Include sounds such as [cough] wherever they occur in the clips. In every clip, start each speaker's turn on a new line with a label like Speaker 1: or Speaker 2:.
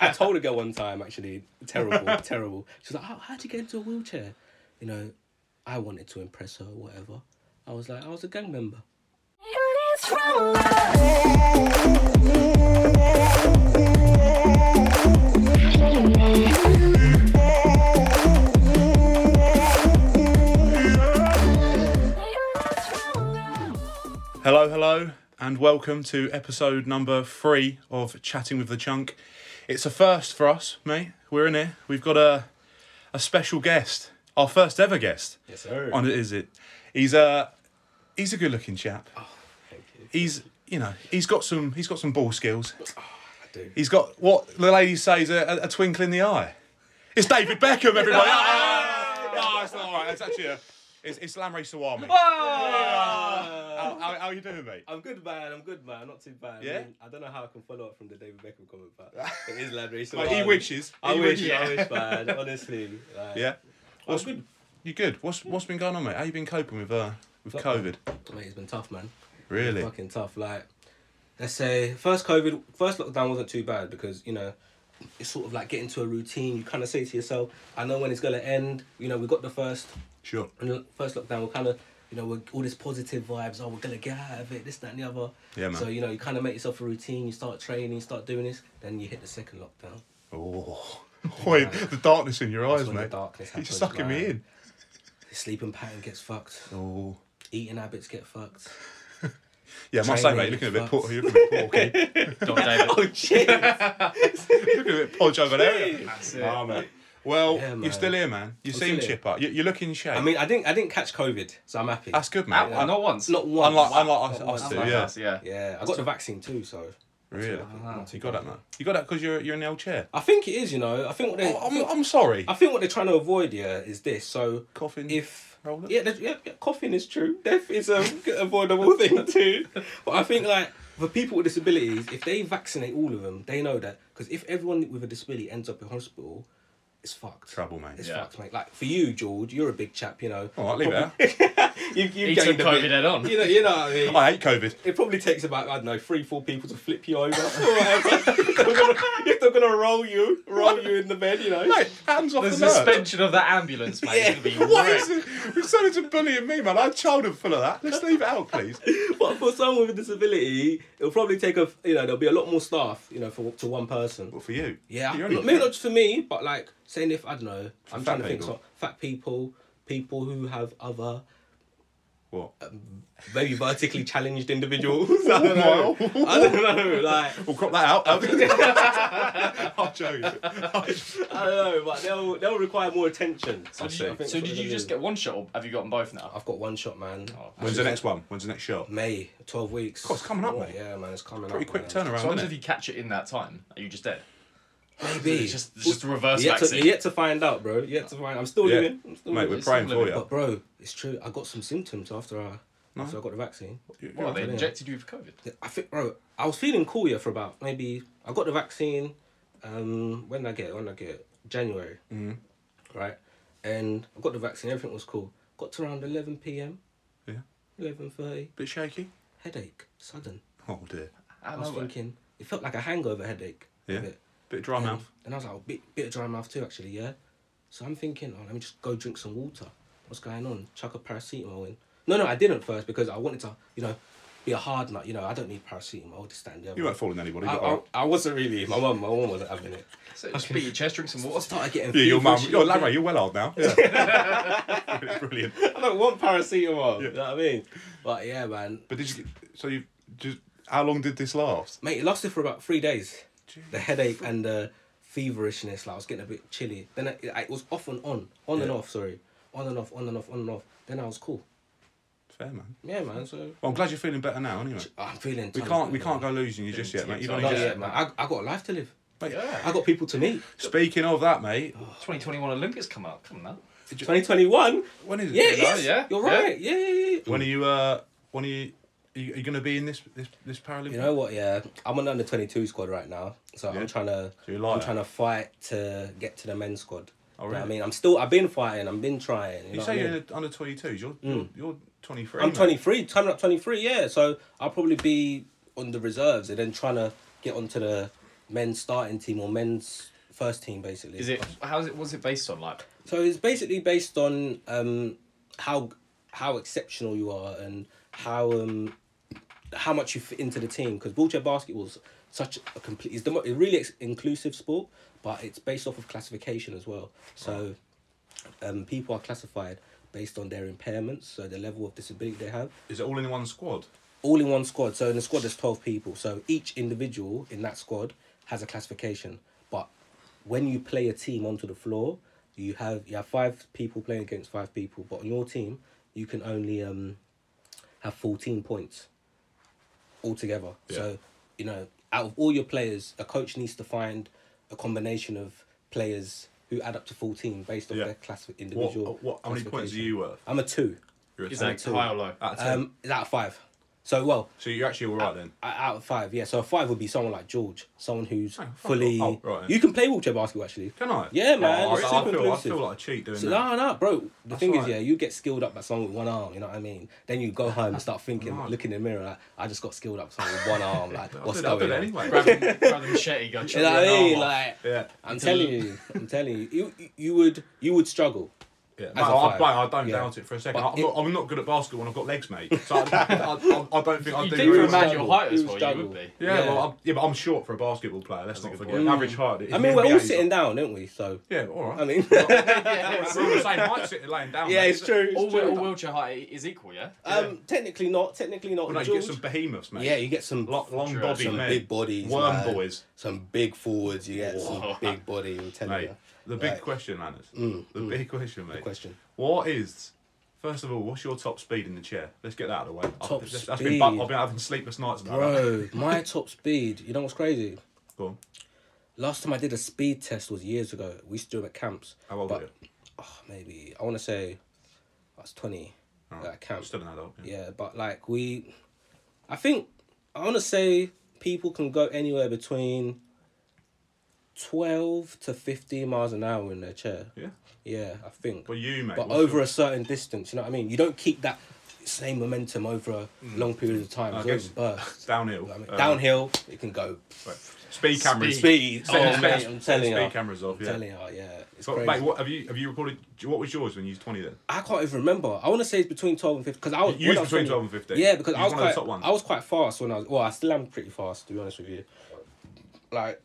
Speaker 1: I told a girl one time actually,
Speaker 2: [laughs]
Speaker 1: terrible, terrible. She's like, oh, "How'd you get into a wheelchair?" You know, I wanted to impress her, or whatever. I was like, I was a gang member.
Speaker 2: Hello, hello, and welcome to episode number three of Chatting with the Chunk. It's a first for us, mate. We're in here. We've got a a special guest, our first ever guest.
Speaker 1: Yes, sir.
Speaker 2: On it is it. He's a he's a good-looking chap.
Speaker 1: Oh, Thank you. Oh,
Speaker 2: He's you know he's got some he's got some ball skills.
Speaker 1: I do.
Speaker 2: He's got what the ladies say is a, a, a twinkle in the eye. It's David Beckham, everybody.
Speaker 1: [laughs]
Speaker 2: Ah! no, it's not all right. It's actually a, it's, it's Lamre Sawami. How, how, how you doing, mate?
Speaker 1: I'm good, man. I'm good, man. Not too bad.
Speaker 2: Yeah?
Speaker 1: I, mean, I don't know how I can follow up from the David Beckham comment,
Speaker 2: [laughs]
Speaker 1: but it is lad racing.
Speaker 2: Like, he
Speaker 1: man.
Speaker 2: wishes.
Speaker 1: I
Speaker 2: He
Speaker 1: wish.
Speaker 2: wishes.
Speaker 1: I
Speaker 2: [laughs]
Speaker 1: wish, man. Honestly, like,
Speaker 2: Yeah.
Speaker 1: I'm
Speaker 2: What's-
Speaker 1: good.
Speaker 2: You good? What's what's been going on, mate? How you been coping with uh with COVID?
Speaker 1: Mate, it's been tough, man.
Speaker 2: Really?
Speaker 1: Fucking tough. Like, let's say first COVID, first lockdown wasn't too bad because you know it's sort of like getting to a routine. You kind of say to yourself, I know when it's gonna end. You know, we got the first
Speaker 2: Sure.
Speaker 1: and the first lockdown. We're kind of you know we're, all this positive vibes. Oh, we're gonna get out of it. This, that, and the other.
Speaker 2: Yeah, man.
Speaker 1: So you know you kind of make yourself a routine. You start training. You start doing this. Then you hit the second lockdown.
Speaker 2: Oh, [laughs] Wait, the darkness in your eyes,
Speaker 1: when the
Speaker 2: mate.
Speaker 1: darkness
Speaker 2: You're just
Speaker 1: happens,
Speaker 2: sucking me
Speaker 1: man.
Speaker 2: in.
Speaker 1: The sleeping pattern gets fucked.
Speaker 2: Oh.
Speaker 1: Eating habits get fucked.
Speaker 2: Yeah, I must say,
Speaker 1: Training
Speaker 2: mate, you're looking a bit
Speaker 1: fucks.
Speaker 2: poor. You're looking a bit porky.
Speaker 3: Don David.
Speaker 1: [laughs] Oh shit!
Speaker 2: [laughs] you're looking a bit podge over there.
Speaker 3: That's it.
Speaker 2: Ah, mate. Well,
Speaker 1: Yeah, man.
Speaker 2: you're still here, man. You
Speaker 1: I'm still
Speaker 2: seem
Speaker 1: here.
Speaker 2: chipper. You, you look in shape.
Speaker 1: I mean, I didn't, I didn't catch COVID, so I'm happy.
Speaker 2: that's good,
Speaker 3: Ow,
Speaker 2: mate.
Speaker 3: Not once.
Speaker 1: Not once.
Speaker 2: Unlike, unlike us,
Speaker 1: Not
Speaker 2: us
Speaker 1: once.
Speaker 2: two,
Speaker 3: Like
Speaker 2: yeah.
Speaker 3: us, yeah.
Speaker 1: Yeah, I got the vaccine too, so
Speaker 2: Really?
Speaker 3: Ah.
Speaker 2: You got that, man. You got that because you're, you're in the old chair.
Speaker 1: I think it is. You know, I think what they,
Speaker 2: Oh, I'm, I'm sorry.
Speaker 1: I think what they're trying to avoid here is this. So
Speaker 2: Coughing.
Speaker 1: if
Speaker 2: Roll it?
Speaker 1: yeah, there's- yeah, yeah, coughing is true. Death is a [laughs] avoidable
Speaker 2: [laughs]
Speaker 1: thing too. But I think like for people with disabilities, if they vaccinate all of them, they know that because if everyone with a disability ends up in hospital, it's fucked.
Speaker 2: Trouble, mate.
Speaker 1: It's
Speaker 3: Yeah.
Speaker 1: fucked, mate. Like for you, George, you're a big chap. You know,
Speaker 2: All right, leave it out.
Speaker 1: [laughs] you you
Speaker 3: He took
Speaker 1: gained a bit.
Speaker 3: COVID head on.
Speaker 1: You know, you know what I mean.
Speaker 2: [laughs] I hate COVID.
Speaker 1: It probably takes about, I don't know, three, four people to flip you over. [laughs] if, they're gonna, if they're gonna roll you, roll you in the bed, you know.
Speaker 2: Mate, hands off
Speaker 3: The
Speaker 2: the nurse.
Speaker 3: suspension of that ambulance, mate.
Speaker 1: [laughs] Yeah.
Speaker 3: is gonna be
Speaker 2: What
Speaker 3: wrecked.
Speaker 2: is it? We've started to bullying me, man. I had childhood full of that. Let's leave it out, please.
Speaker 1: But for someone with a disability, it'll probably take a, you know, there'll be a lot more staff, you know, for to one person.
Speaker 2: What for you?
Speaker 1: Yeah,
Speaker 2: You're
Speaker 1: not-
Speaker 2: only-
Speaker 1: maybe not just for me, but like saying if I don't know, I'm trying
Speaker 2: fat
Speaker 1: to think.
Speaker 2: people.
Speaker 1: So fat people, people who have other
Speaker 2: What?
Speaker 1: maybe vertically challenged individuals. [laughs] I don't know.
Speaker 2: Wow.
Speaker 1: I don't know. Like
Speaker 2: We'll crop that [laughs] out. I'm joking.
Speaker 1: I don't know, but they'll they'll require more attention.
Speaker 3: So,
Speaker 1: I think
Speaker 3: did you,
Speaker 1: that's
Speaker 3: so
Speaker 1: what
Speaker 3: did
Speaker 1: they're
Speaker 3: you just
Speaker 1: gonna
Speaker 3: get one shot, or have you gotten both
Speaker 1: do.
Speaker 3: now? Oh,
Speaker 1: I've got one shot, man.
Speaker 2: When's the next one? When's the next shot?
Speaker 1: May, 12 weeks.
Speaker 2: God, it's coming up, mate.
Speaker 1: Yeah, man, it's coming
Speaker 2: Pretty
Speaker 1: up.
Speaker 2: quick
Speaker 1: man.
Speaker 2: turnaround,
Speaker 3: So what
Speaker 2: isn't
Speaker 3: if
Speaker 2: it?
Speaker 3: you catch it in that time? Are you just dead?
Speaker 1: Maybe.
Speaker 3: It's just, it's just a reverse
Speaker 1: you yet, to,
Speaker 3: vaccine.
Speaker 1: you yet to find out, bro. You yet to find I'm still
Speaker 2: Yeah.
Speaker 1: living. I'm still
Speaker 2: Mate,
Speaker 1: living.
Speaker 2: we're praying for you.
Speaker 1: But, bro, it's true. I got some symptoms after I, after I got the vaccine.
Speaker 3: Well, they
Speaker 1: Yeah.
Speaker 3: injected you with COVID.
Speaker 1: I think, bro, I was feeling cool, yeah, for about maybe. I got the vaccine um, when did I get it? When did I get it? January. Mm.
Speaker 2: Mm-hmm.
Speaker 1: Right? And I got the vaccine, everything was cool. Got to around 11 pm,
Speaker 2: Yeah.
Speaker 1: 11.30,
Speaker 2: Bit shaky.
Speaker 1: headache, sudden.
Speaker 2: Oh dear.
Speaker 3: I
Speaker 1: I was
Speaker 3: know it.
Speaker 1: thinking, it felt like a hangover headache. a
Speaker 2: Yeah.
Speaker 1: bit.
Speaker 2: Bit dry
Speaker 1: Um,
Speaker 2: mouth.
Speaker 1: And I was like, a bit, bit of dry mouth too, actually, yeah. So I'm thinking, oh, let me just go drink some water. What's going on? Chuck a paracetamol in. No, no, I didn't first because I wanted to, you know, be a hard nut. You know, I don't need paracetamol to stand there.
Speaker 2: You weren't fooling anybody.
Speaker 1: I,
Speaker 2: but I-
Speaker 1: I, I wasn't really. My mum, my mum wasn't having it.
Speaker 3: So just beat your chest, drink some
Speaker 1: I
Speaker 3: water.
Speaker 1: started getting.
Speaker 2: Yeah, your mum.
Speaker 1: feverish.
Speaker 2: You're Larry. You're well old now. Yeah. [laughs] Brilliant.
Speaker 1: [laughs] I don't want paracetamol. You know what I mean? But yeah, man,
Speaker 2: But did you? get- So you just. How long did this last?
Speaker 1: mate, it lasted for about three days. The headache and the feverishness, like I was getting a bit chilly. Then it, it was off and on, on and
Speaker 2: Yeah.
Speaker 1: off. Sorry, on and off, on and off, on and off. Then I was cool.
Speaker 2: Fair man.
Speaker 1: Yeah, man. So
Speaker 2: Well, I'm glad you're feeling better now. Anyway,
Speaker 1: I'm feeling.
Speaker 2: we
Speaker 1: tired,
Speaker 2: can't we
Speaker 1: man.
Speaker 2: can't go losing you just yet, mate. You've only
Speaker 1: Not
Speaker 2: just-
Speaker 1: yet, man. I, I got a life to live.
Speaker 2: Mate,
Speaker 1: I got people to meet.
Speaker 2: Speaking of that, mate,
Speaker 3: 2021 Olympics come out. Come on now.
Speaker 1: 2021.
Speaker 2: when is it?
Speaker 1: Yeah, it
Speaker 3: Yeah,
Speaker 1: is.
Speaker 3: yeah,
Speaker 1: You're
Speaker 3: yeah.
Speaker 1: right. Yeah, yeah, yeah.
Speaker 2: When are you? Uh, when are you? Are you, are you going to be in this this this Paralympics?
Speaker 1: You know what? Yeah, I'm on the under 22 squad right now, so
Speaker 2: Yeah.
Speaker 1: I'm trying to.
Speaker 2: So you like
Speaker 1: I'm
Speaker 2: that?
Speaker 1: trying to fight to get to the men's squad.
Speaker 2: Oh,
Speaker 1: You know what I
Speaker 2: really?
Speaker 1: mean, I'm still. I've been fighting. I've been trying. You,
Speaker 2: you
Speaker 1: know
Speaker 2: say
Speaker 1: what I
Speaker 2: you're
Speaker 1: mean?
Speaker 2: in the under 22s. You're you're, you're 23.
Speaker 1: Hmm. I'm
Speaker 2: mate.
Speaker 1: 23, coming up 23, yeah. So I'll probably be on the reserves and then trying to get onto the men's starting team or men's first team basically.
Speaker 3: Is it? How is it? What's it based on?
Speaker 1: [laughs]
Speaker 3: Like,
Speaker 1: So it's basically based on um, how how exceptional you are and how um, how much you fit into the team. Because wheelchair basketball's such a complete. It's the mo- a really ex- inclusive sport, but it's based off of classification as well. So um, people are classified based on their impairments, so the level of disability they have
Speaker 2: Is it all in one squad?
Speaker 1: all in one squad. So in the squad, there's twelve people. So each individual in that squad has a classification. But when you play a team onto the floor, you have you have five people playing against five people. But on your team, you can only um have fourteen points altogether.
Speaker 2: Yeah.
Speaker 1: So you know, out of all your players, a coach needs to find a combination of players who add up to fourteen based on
Speaker 2: Yeah.
Speaker 1: their class
Speaker 2: What, uh,
Speaker 1: individual.
Speaker 2: what, how many points are
Speaker 1: classification.
Speaker 2: you worth?
Speaker 1: I'm a two.
Speaker 2: You're a
Speaker 3: is
Speaker 2: ten.
Speaker 3: that high or low?
Speaker 2: Out of ten.
Speaker 1: Um, is out of five. So well,
Speaker 2: so you're actually all right then.
Speaker 1: Uh, out of five, yeah. So a five would be someone like George, someone who's
Speaker 2: Oh, fuck
Speaker 1: fully.
Speaker 2: off. Oh, right.
Speaker 1: You can play wheelchair basketball actually.
Speaker 2: Can I?
Speaker 1: Yeah, man,
Speaker 2: Oh, I,
Speaker 1: it's
Speaker 2: I
Speaker 1: super
Speaker 2: feel, I
Speaker 1: inclusive.
Speaker 2: feel like a cheat doing
Speaker 1: So,
Speaker 2: that.
Speaker 1: no, no, bro. The thing
Speaker 2: right.
Speaker 1: is, yeah, you get skilled up by someone with one arm. You know what I mean? Then you go home and start thinking,
Speaker 2: Right.
Speaker 1: look in the mirror, like I just got skilled up with someone with one
Speaker 2: [laughs]
Speaker 1: arm. Like
Speaker 2: I'll
Speaker 1: what's
Speaker 2: do that, I'll do
Speaker 1: going
Speaker 2: that
Speaker 1: on? [laughs]
Speaker 2: anyway.
Speaker 3: grab, the- grab the machete, go chop
Speaker 1: You know
Speaker 3: your
Speaker 1: what I
Speaker 3: arm
Speaker 1: mean?
Speaker 3: off.
Speaker 1: Like
Speaker 2: yeah.
Speaker 1: I'm telling you, I'm telling you, you you- you would you would struggle.
Speaker 2: Yeah,
Speaker 1: As
Speaker 2: no,
Speaker 1: a five.
Speaker 2: I, mate, I don't
Speaker 1: Yeah.
Speaker 2: doubt it for a second.
Speaker 1: But
Speaker 2: I'm, not, I'm not good at basketball when I've got legs, mate.
Speaker 1: [laughs]
Speaker 2: So I, I, I, I don't think I'd
Speaker 3: you
Speaker 2: do
Speaker 3: do for
Speaker 2: really well.
Speaker 3: a man
Speaker 1: struggle.
Speaker 3: your height as
Speaker 1: You
Speaker 3: well, you
Speaker 1: struggle.
Speaker 3: would be.
Speaker 2: Yeah,
Speaker 1: Yeah.
Speaker 2: well, I'm, yeah, but I'm short for a basketball player. Let's not
Speaker 3: a good
Speaker 2: forget.
Speaker 3: point.
Speaker 2: Average height.
Speaker 1: I mean, we're all sitting down,
Speaker 2: down.
Speaker 1: don't we? So
Speaker 2: Yeah, all right.
Speaker 1: I mean, [laughs]
Speaker 3: [laughs]
Speaker 2: we're all the same height, sitting laying down.
Speaker 1: yeah,
Speaker 2: mate.
Speaker 1: it's true. it's
Speaker 3: All,
Speaker 1: true.
Speaker 3: wheel- all wheelchair height is equal, yeah.
Speaker 1: Um, technically not. Technically not.
Speaker 2: Well, no, you
Speaker 1: George-
Speaker 2: get some behemoths, mate.
Speaker 1: Yeah, you get some
Speaker 2: Lo- long
Speaker 3: Sure,
Speaker 2: body
Speaker 1: some
Speaker 2: men.
Speaker 1: big bodies,
Speaker 2: Worm
Speaker 1: man.
Speaker 2: boys.
Speaker 1: some big forwards. You get some
Speaker 2: [laughs]
Speaker 3: Whoa.
Speaker 1: big body. I'm telling
Speaker 2: Mate,
Speaker 1: you.
Speaker 2: the big
Speaker 1: Like,
Speaker 2: question, Manners. the big question, mate.
Speaker 1: Mm, question.
Speaker 2: What is, first of all, what's your top speed in the chair? Let's get that out of the way. I've-
Speaker 1: Top
Speaker 2: that's- that's been bu-
Speaker 1: speed.
Speaker 2: I've been having sleepless nights about that.
Speaker 1: Bro, my top speed. You know what's crazy?
Speaker 2: Go on.
Speaker 1: Last time I did a speed test was years ago. We used to do them at camps.
Speaker 2: How old
Speaker 1: but,
Speaker 2: are you?
Speaker 1: Oh, maybe I want to say I was twenty
Speaker 2: Oh,
Speaker 1: at a camp.
Speaker 2: Still an adult. Yeah.
Speaker 1: Yeah, but like we, I think I want to say people can go anywhere between twelve to fifteen miles an hour in their chair.
Speaker 2: yeah.
Speaker 1: Yeah, I think.
Speaker 2: Well, you, mate.
Speaker 1: but
Speaker 2: what's
Speaker 1: over
Speaker 2: your-
Speaker 1: a certain distance, you know what I mean. You don't keep that same momentum over a long period of time. It's
Speaker 2: Mm. I
Speaker 1: always
Speaker 2: guess- [laughs]
Speaker 1: burst.
Speaker 2: Downhill.
Speaker 1: I mean,
Speaker 2: uh,
Speaker 1: downhill, it can go
Speaker 2: right. Speed cameras.
Speaker 1: speed. Oh,
Speaker 2: Set-
Speaker 1: mate,
Speaker 2: set-
Speaker 1: I'm
Speaker 2: set
Speaker 1: telling you,
Speaker 2: Speed cameras off,
Speaker 1: I'm
Speaker 2: yeah.
Speaker 1: telling you, yeah, it's
Speaker 2: But,
Speaker 1: crazy.
Speaker 2: mate, what, have you have you recorded? What was yours when you was twenty then?
Speaker 1: I can't even remember. I want to say it's between twelve and fifteen because I was when
Speaker 2: You was
Speaker 1: I was
Speaker 2: between
Speaker 1: 20
Speaker 2: 12 and 15.
Speaker 1: Yeah, because
Speaker 2: You
Speaker 1: I
Speaker 2: was
Speaker 1: was
Speaker 2: one of the
Speaker 1: quite
Speaker 2: top ones.
Speaker 1: I was quite fast when I was. Well, I still am pretty fast to be honest with you. Like,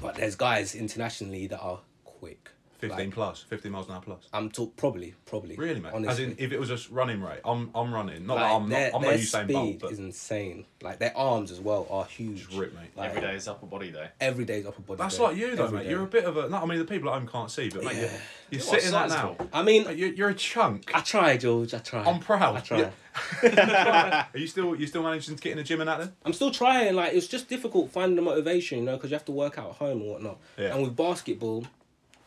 Speaker 1: but there's guys internationally that are quick.
Speaker 2: Fifteen
Speaker 1: Like,
Speaker 2: plus, fifteen miles an hour plus.
Speaker 1: I'm talk probably probably
Speaker 2: Really, mate.
Speaker 1: Honestly,
Speaker 2: As in, if it was just running rate, I'm I'm running. Not
Speaker 1: like,
Speaker 2: that I'm
Speaker 1: their,
Speaker 2: not. I'm
Speaker 1: their
Speaker 2: not Usain
Speaker 1: speed
Speaker 2: Bolt, but
Speaker 1: is insane. Like their arms as well are huge.
Speaker 2: rip, mate.
Speaker 1: Like,
Speaker 3: Every day is upper body day.
Speaker 1: Every day's upper body.
Speaker 2: That's
Speaker 1: day.
Speaker 2: like you though,
Speaker 1: Every
Speaker 2: mate.
Speaker 1: day.
Speaker 2: You're a bit of a. No, I mean the people at home can't see, but mate, you're, you're sitting
Speaker 3: What
Speaker 2: that
Speaker 3: size
Speaker 2: now.
Speaker 3: call?
Speaker 1: I mean,
Speaker 2: Mate, You're, you're a chunk.
Speaker 1: I try, George. I try.
Speaker 2: I'm proud.
Speaker 1: I try.
Speaker 2: Yeah. Are you still you still managing to get in the gym and that then?
Speaker 1: I'm still trying. Like it's just difficult finding the motivation, you know, because you have to work out at home and whatnot.
Speaker 2: Yeah.
Speaker 1: And with basketball,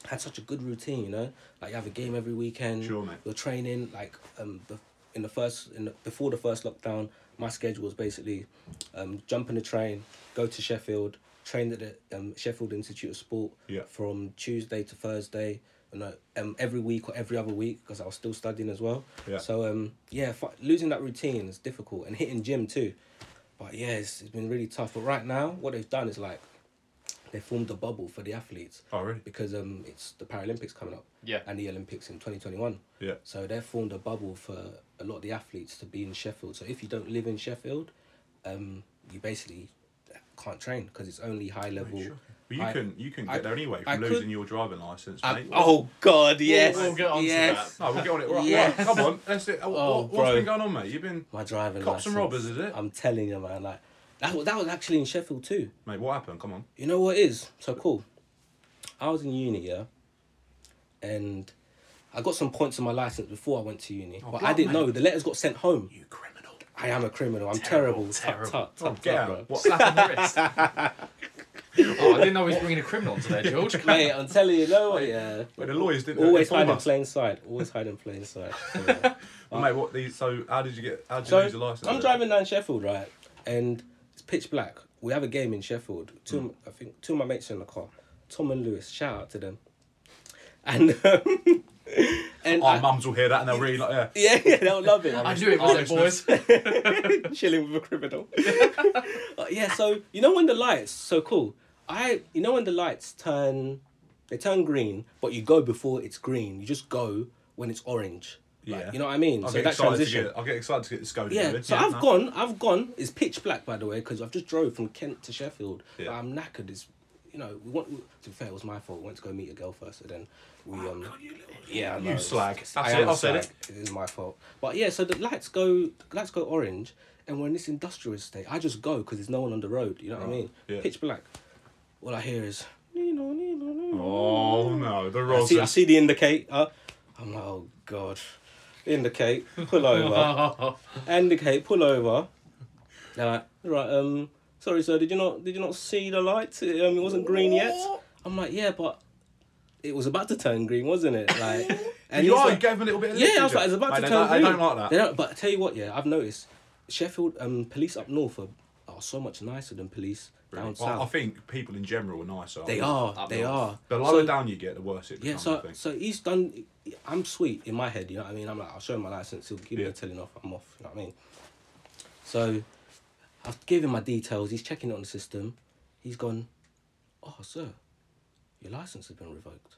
Speaker 1: I had such a good routine, you know. Like you have a game every weekend.
Speaker 2: Sure, mate.
Speaker 1: You're training like um bef- in the first in the, before the first lockdown. My schedule was basically um, jump on the train, go to Sheffield, train at the um, Sheffield Institute of Sport
Speaker 2: Yeah.
Speaker 1: from Tuesday to Thursday. You know, um, every week or every other week because I was still studying as well.
Speaker 2: Yeah.
Speaker 1: So um, yeah, fi- losing that routine is difficult, and hitting gym too. But yeah, it's, it's been really tough. But right now, what they've done is like they formed a bubble for the athletes
Speaker 2: Oh really?
Speaker 1: because um it's the Paralympics coming up
Speaker 3: Yeah.
Speaker 1: and the Olympics in twenty twenty one.
Speaker 2: Yeah.
Speaker 1: So they've formed a bubble for a lot of the athletes to be in Sheffield. So if you don't live in Sheffield, um, you basically can't train because it's only high level.
Speaker 2: Sure. But you
Speaker 1: I-
Speaker 2: couldn't you couldn't
Speaker 1: I-
Speaker 2: get there anyway
Speaker 1: I
Speaker 2: from
Speaker 1: could-
Speaker 2: losing your driving license,
Speaker 1: I-
Speaker 2: mate.
Speaker 1: oh God! Yes.
Speaker 3: we'll get onto
Speaker 1: yes.
Speaker 2: No, we'll get on it. Right,
Speaker 1: Yes.
Speaker 2: right, come on. Let's see. What,
Speaker 1: Oh,
Speaker 2: what, has
Speaker 1: bro.
Speaker 2: been going on, mate? You've been,
Speaker 1: My driving.
Speaker 2: Cops
Speaker 1: license.
Speaker 2: and robbers, is it?
Speaker 1: I'm telling you, man. Like that. wa- That was actually in Sheffield too.
Speaker 2: mate. What happened? Come on.
Speaker 1: You know what it is so cool? I was in uni, yeah, and I got some points on my license before I went to uni, but I
Speaker 2: Oh, blood,
Speaker 1: didn't
Speaker 2: mate.
Speaker 1: know. The letters got sent home.
Speaker 2: You criminal.
Speaker 1: I am a criminal. I'm
Speaker 3: Terrible,
Speaker 1: terrible. Tut,
Speaker 3: terrible.
Speaker 1: tut,
Speaker 2: Oh,
Speaker 1: tut,
Speaker 2: get
Speaker 1: tut,
Speaker 2: out.
Speaker 1: bro.
Speaker 2: What?
Speaker 3: Slap on the wrist. oh, I didn't know he was bringing a criminal today, George.
Speaker 1: [laughs]
Speaker 3: [laughs]
Speaker 1: Mate, I'm telling you, no,
Speaker 2: [laughs]
Speaker 1: yeah.
Speaker 2: Wait, the lawyers didn't
Speaker 1: Always
Speaker 2: inform
Speaker 1: hide in
Speaker 2: us.
Speaker 1: plain sight. Always hide in plain
Speaker 2: [laughs]
Speaker 1: sight.
Speaker 2: Well, mate, what these? So how did you get? How did you
Speaker 1: So
Speaker 2: lose your license?
Speaker 1: I'm driving down Sheffield, right, and it's pitch black. We have a game in Sheffield. Two,
Speaker 2: Hmm.
Speaker 1: of m- I think, two of my mates are in the car. Tom and Lewis. Shout out to them. And um, [laughs] and
Speaker 2: Our
Speaker 1: I-
Speaker 2: mums will hear that and they'll really like, yeah.
Speaker 1: yeah, [laughs] yeah, they'll love it.
Speaker 3: I knew it was it,
Speaker 1: [laughs]
Speaker 3: boys. [laughs]
Speaker 1: chilling with a criminal. Uh, yeah, so you know when the lights so cool. I you know when the lights turn, they turn green, but you go before it's green. You just go when it's orange. Like,
Speaker 4: Yeah.
Speaker 1: you know what I mean.
Speaker 4: I'll
Speaker 1: so
Speaker 4: get
Speaker 1: that
Speaker 4: excited
Speaker 1: transition.
Speaker 4: To get, I'll get excited to get this going.
Speaker 1: Yeah, so I've gone. I've gone. It's pitch black, by the way, because I've just drove from Kent to Sheffield.
Speaker 4: Yeah.
Speaker 1: But I'm knackered. It's, you know, we want. To be fair, it was my fault. We went to go meet a girl first, and then we um. yeah, I know,
Speaker 4: Oh, you
Speaker 1: it's-
Speaker 4: slag.
Speaker 1: it's-
Speaker 4: That's
Speaker 1: I
Speaker 4: it,
Speaker 1: am
Speaker 4: I've said
Speaker 1: slag. It is my fault. But yeah, so the lights go. The lights go orange, and we're in this industrial estate. I just go because there's no one on the road. You know what I mean?
Speaker 4: Oh, yeah.
Speaker 1: Pitch black. All I hear is. "Nino, Nino, Nino."
Speaker 4: Oh no, the
Speaker 1: I see, I
Speaker 4: roses.
Speaker 1: see the indicator. I'm like, oh god. Indicate. Pull
Speaker 4: [laughs]
Speaker 1: over
Speaker 3: Oh,
Speaker 1: indicate, pull over. They're like, right, um, sorry, sir, did you not did you not see the lights? Um, it wasn't green yet. I'm like, yeah, but it was about to turn green, wasn't it? Like,
Speaker 4: [laughs]
Speaker 1: and he's
Speaker 4: You are.
Speaker 1: like-
Speaker 4: you gave him a little bit. Of
Speaker 1: yeah, I was
Speaker 4: literature.
Speaker 1: like, it's about
Speaker 4: Mate,
Speaker 1: to
Speaker 4: they
Speaker 1: turn
Speaker 4: don't-
Speaker 1: green.
Speaker 4: They don't like that.
Speaker 1: They don't- but I tell you what, yeah, I've noticed Sheffield um, police up north are, are so much nicer than police down
Speaker 4: Well,
Speaker 1: south.
Speaker 4: I think people in general are nicer.
Speaker 1: they are,
Speaker 3: Up
Speaker 1: they
Speaker 3: north.
Speaker 1: are.
Speaker 4: The
Speaker 1: So-
Speaker 4: lower down you get, the worse it
Speaker 1: yeah,
Speaker 4: becomes. I
Speaker 1: so
Speaker 4: think.
Speaker 1: so he's done. I'm sweet in my head, you know what I mean. I'm like, I'll show him my license. He'll give me
Speaker 4: Yeah.
Speaker 1: a telling off. I'm off. You know what I mean. So, I've given him my details. He's checking it on the system. He's gone. Oh, sir, your license has been revoked.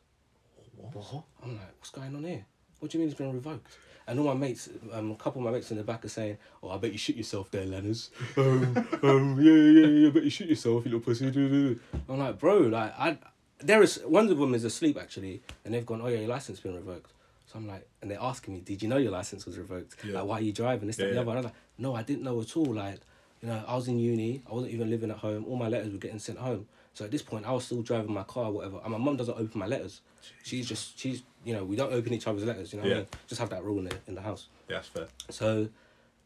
Speaker 4: What?
Speaker 1: I'm like, what's going on here? What do you mean it's been revoked? And all my mates, um, a couple of my mates in the back are saying, oh, I bet you shit yourself there, Lenners. [laughs] Um, um, yeah, yeah, yeah, yeah, I bet you shit yourself, you little pussy. I'm like, bro, like, I, there is, one of them is asleep, actually, and they've gone, oh, yeah, your license been revoked. So I'm like, and they're asking me, did you know your license was revoked?
Speaker 4: Yeah.
Speaker 1: Like, why are you driving? This, that,
Speaker 4: Yeah,
Speaker 1: and the other.
Speaker 4: yeah.
Speaker 1: And I was like, no, I didn't know at all. Like, you know, I was in uni, I wasn't even living at home. All my letters were getting sent home. So at this point, I was still driving my car, whatever. And my mum doesn't open my letters. She's just, she's, you know, we don't open each other's letters, you know what
Speaker 4: Yeah.
Speaker 1: I mean? Just have that rule in the, in the house.
Speaker 4: Yeah, that's fair.
Speaker 1: So [sighs]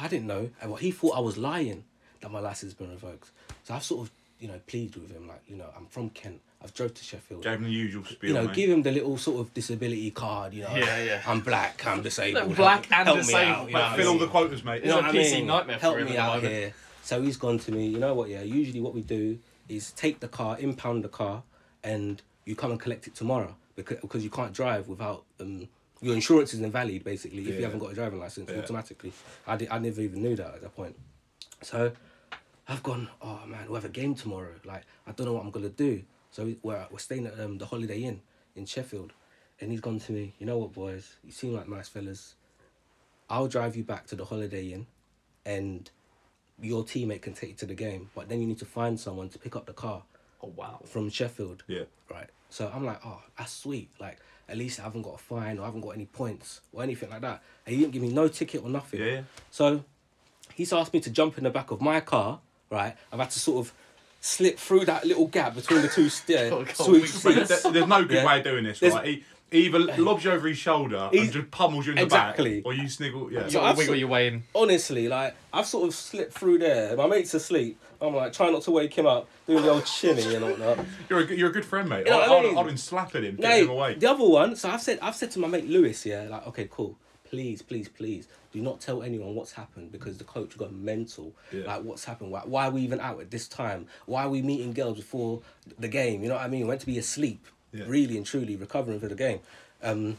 Speaker 1: I didn't know. And what he thought I was lying that my license had been revoked. So I've sort of, you know, pleaded with him, like, you know, I'm from Kent. I've drove to Sheffield.
Speaker 4: Gave him the usual spiel.
Speaker 1: you know,
Speaker 4: mate.
Speaker 1: give him the little sort of disability card, you know.
Speaker 3: Yeah, yeah.
Speaker 1: I'm black, I'm disabled.
Speaker 3: black
Speaker 1: help-
Speaker 3: and
Speaker 1: help Me out,
Speaker 3: disabled,
Speaker 1: you know
Speaker 4: Mate,
Speaker 1: what I
Speaker 4: fill all
Speaker 1: mean?
Speaker 4: the quotas, mate.
Speaker 1: You know
Speaker 3: It's
Speaker 1: what
Speaker 3: a
Speaker 1: I
Speaker 3: PC
Speaker 1: mean?
Speaker 3: nightmare for
Speaker 1: Help
Speaker 3: him at
Speaker 1: me
Speaker 3: the
Speaker 1: out
Speaker 3: moment.
Speaker 1: here. So he's gone to me. You know what? Yeah. Usually, what we do is take the car, impound the car, and you come and collect it tomorrow because because you can't drive without um your insurance is invalid basically if you
Speaker 4: Yeah.
Speaker 1: haven't got a driving license
Speaker 4: Yeah.
Speaker 1: automatically. I did, I never even knew that at that point. So I've gone. Oh man, we have a game tomorrow. Like I don't know what I'm gonna do. So we- we're we're staying at um, the Holiday Inn in Sheffield, and he's gone to me. You know what, boys? You seem like nice fellas. I'll drive you back to the Holiday Inn, and your teammate can take you to the game. But then you need to find someone to pick up the car
Speaker 3: Oh wow.
Speaker 1: from Sheffield.
Speaker 4: Yeah.
Speaker 1: Right. So I'm like, oh, that's sweet. Like, at least I haven't got a fine or I haven't got any points or anything like that. And he didn't give me no ticket or nothing.
Speaker 4: Yeah, yeah.
Speaker 1: So he's asked me to jump in the back of my car, right? I've had to sort of slip through that little gap between the two
Speaker 4: [laughs]
Speaker 1: stair
Speaker 3: Oh, God,
Speaker 1: sweet
Speaker 3: we-
Speaker 4: Mate,
Speaker 1: seats.
Speaker 4: there- there's no
Speaker 1: [laughs]
Speaker 4: good
Speaker 1: Yeah.
Speaker 4: way of doing this,
Speaker 1: There's-
Speaker 4: right? He, he either lobs you over his shoulder and
Speaker 1: He's-
Speaker 4: just pummels you in the
Speaker 1: Exactly.
Speaker 4: back, or you sniggle. Yeah.
Speaker 3: You
Speaker 1: So
Speaker 3: gotta
Speaker 1: I've
Speaker 3: wiggle
Speaker 1: sort-
Speaker 3: your way in.
Speaker 1: Honestly, like I've sort of slipped through there. My mate's asleep. I'm like trying not to wake him up, doing the old chinny and whatnot.
Speaker 4: You're a good, you're a good friend, mate.
Speaker 1: You know what
Speaker 4: I,
Speaker 1: I
Speaker 4: would
Speaker 1: mean?
Speaker 4: I'd have been slapping him,
Speaker 1: No,
Speaker 4: getting him away.
Speaker 1: the other one. So I've said, I've said to my mate Lewis, yeah, like, okay, cool. Please, please, please, do not tell anyone what's happened because the coach got mental.
Speaker 4: Yeah.
Speaker 1: Like, what's happened? Why, why are we even out at this time? Why are we meeting girls before the game? You know what I mean? We went to be asleep,
Speaker 4: Yeah.
Speaker 1: really and truly recovering for the game. Um,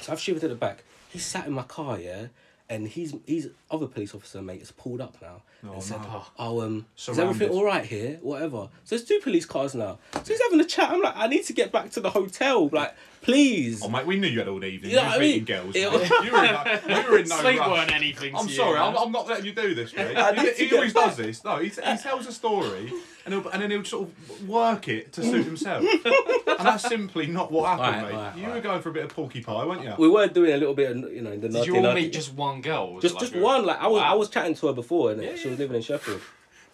Speaker 1: so I've shivered to the back. He sat in my car, yeah, and he's he's other police officer mate has pulled up now
Speaker 4: Oh,
Speaker 1: and said,
Speaker 4: no.
Speaker 1: "Oh, um, is
Speaker 4: Surrounded.
Speaker 1: everything all right here? Whatever." So there's two police cars now. So he's having a chat. I'm like, I need to get back to the hotel. Like, please.
Speaker 4: Oh, mate, we knew you had all evening.
Speaker 1: You
Speaker 4: You,
Speaker 1: know
Speaker 4: were
Speaker 1: what I
Speaker 4: meeting
Speaker 1: mean?
Speaker 4: girls.
Speaker 1: Yeah.
Speaker 4: mate. You were in no, you were in no
Speaker 3: Sleep
Speaker 4: rush.
Speaker 3: weren't anything.
Speaker 4: I'm
Speaker 3: to you,
Speaker 4: sorry, I'm,
Speaker 3: man.
Speaker 4: I'm not letting you do this,
Speaker 1: [laughs]
Speaker 4: mate.
Speaker 1: I need to
Speaker 4: he he
Speaker 1: get
Speaker 4: always
Speaker 1: back.
Speaker 4: does this. No, he, he tells a story and, he'll, and then he'll sort of work it to suit himself. and that's simply not what happened,
Speaker 1: Alright,
Speaker 4: mate.
Speaker 1: alright,
Speaker 4: you were
Speaker 1: alright.
Speaker 4: going for a bit of porky pie, weren't you?
Speaker 1: We were doing a little bit of you know in the
Speaker 3: Did
Speaker 1: nutty
Speaker 3: you all
Speaker 1: nutty.
Speaker 3: meet just one girl? Was it
Speaker 1: just
Speaker 3: like
Speaker 1: just
Speaker 3: a-
Speaker 1: one? Like I was I
Speaker 3: Wow.
Speaker 1: was chatting to her before, and
Speaker 3: Yeah,
Speaker 1: she was
Speaker 3: yeah.
Speaker 1: living in Sheffield.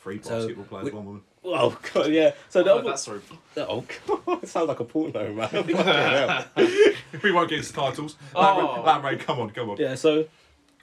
Speaker 4: Three
Speaker 1: So,
Speaker 4: basketball players,
Speaker 1: we-
Speaker 4: one woman. [laughs]
Speaker 1: Oh god, yeah. So the
Speaker 3: Oh,
Speaker 1: other,
Speaker 3: that's sorry.
Speaker 1: [laughs] oh god, it sounds like a porno,
Speaker 3: [laughs]
Speaker 1: man. [laughs] Fucking hell.
Speaker 4: We won't get into titles. Oh.
Speaker 3: Oh.
Speaker 4: come on, come on.
Speaker 1: Yeah, so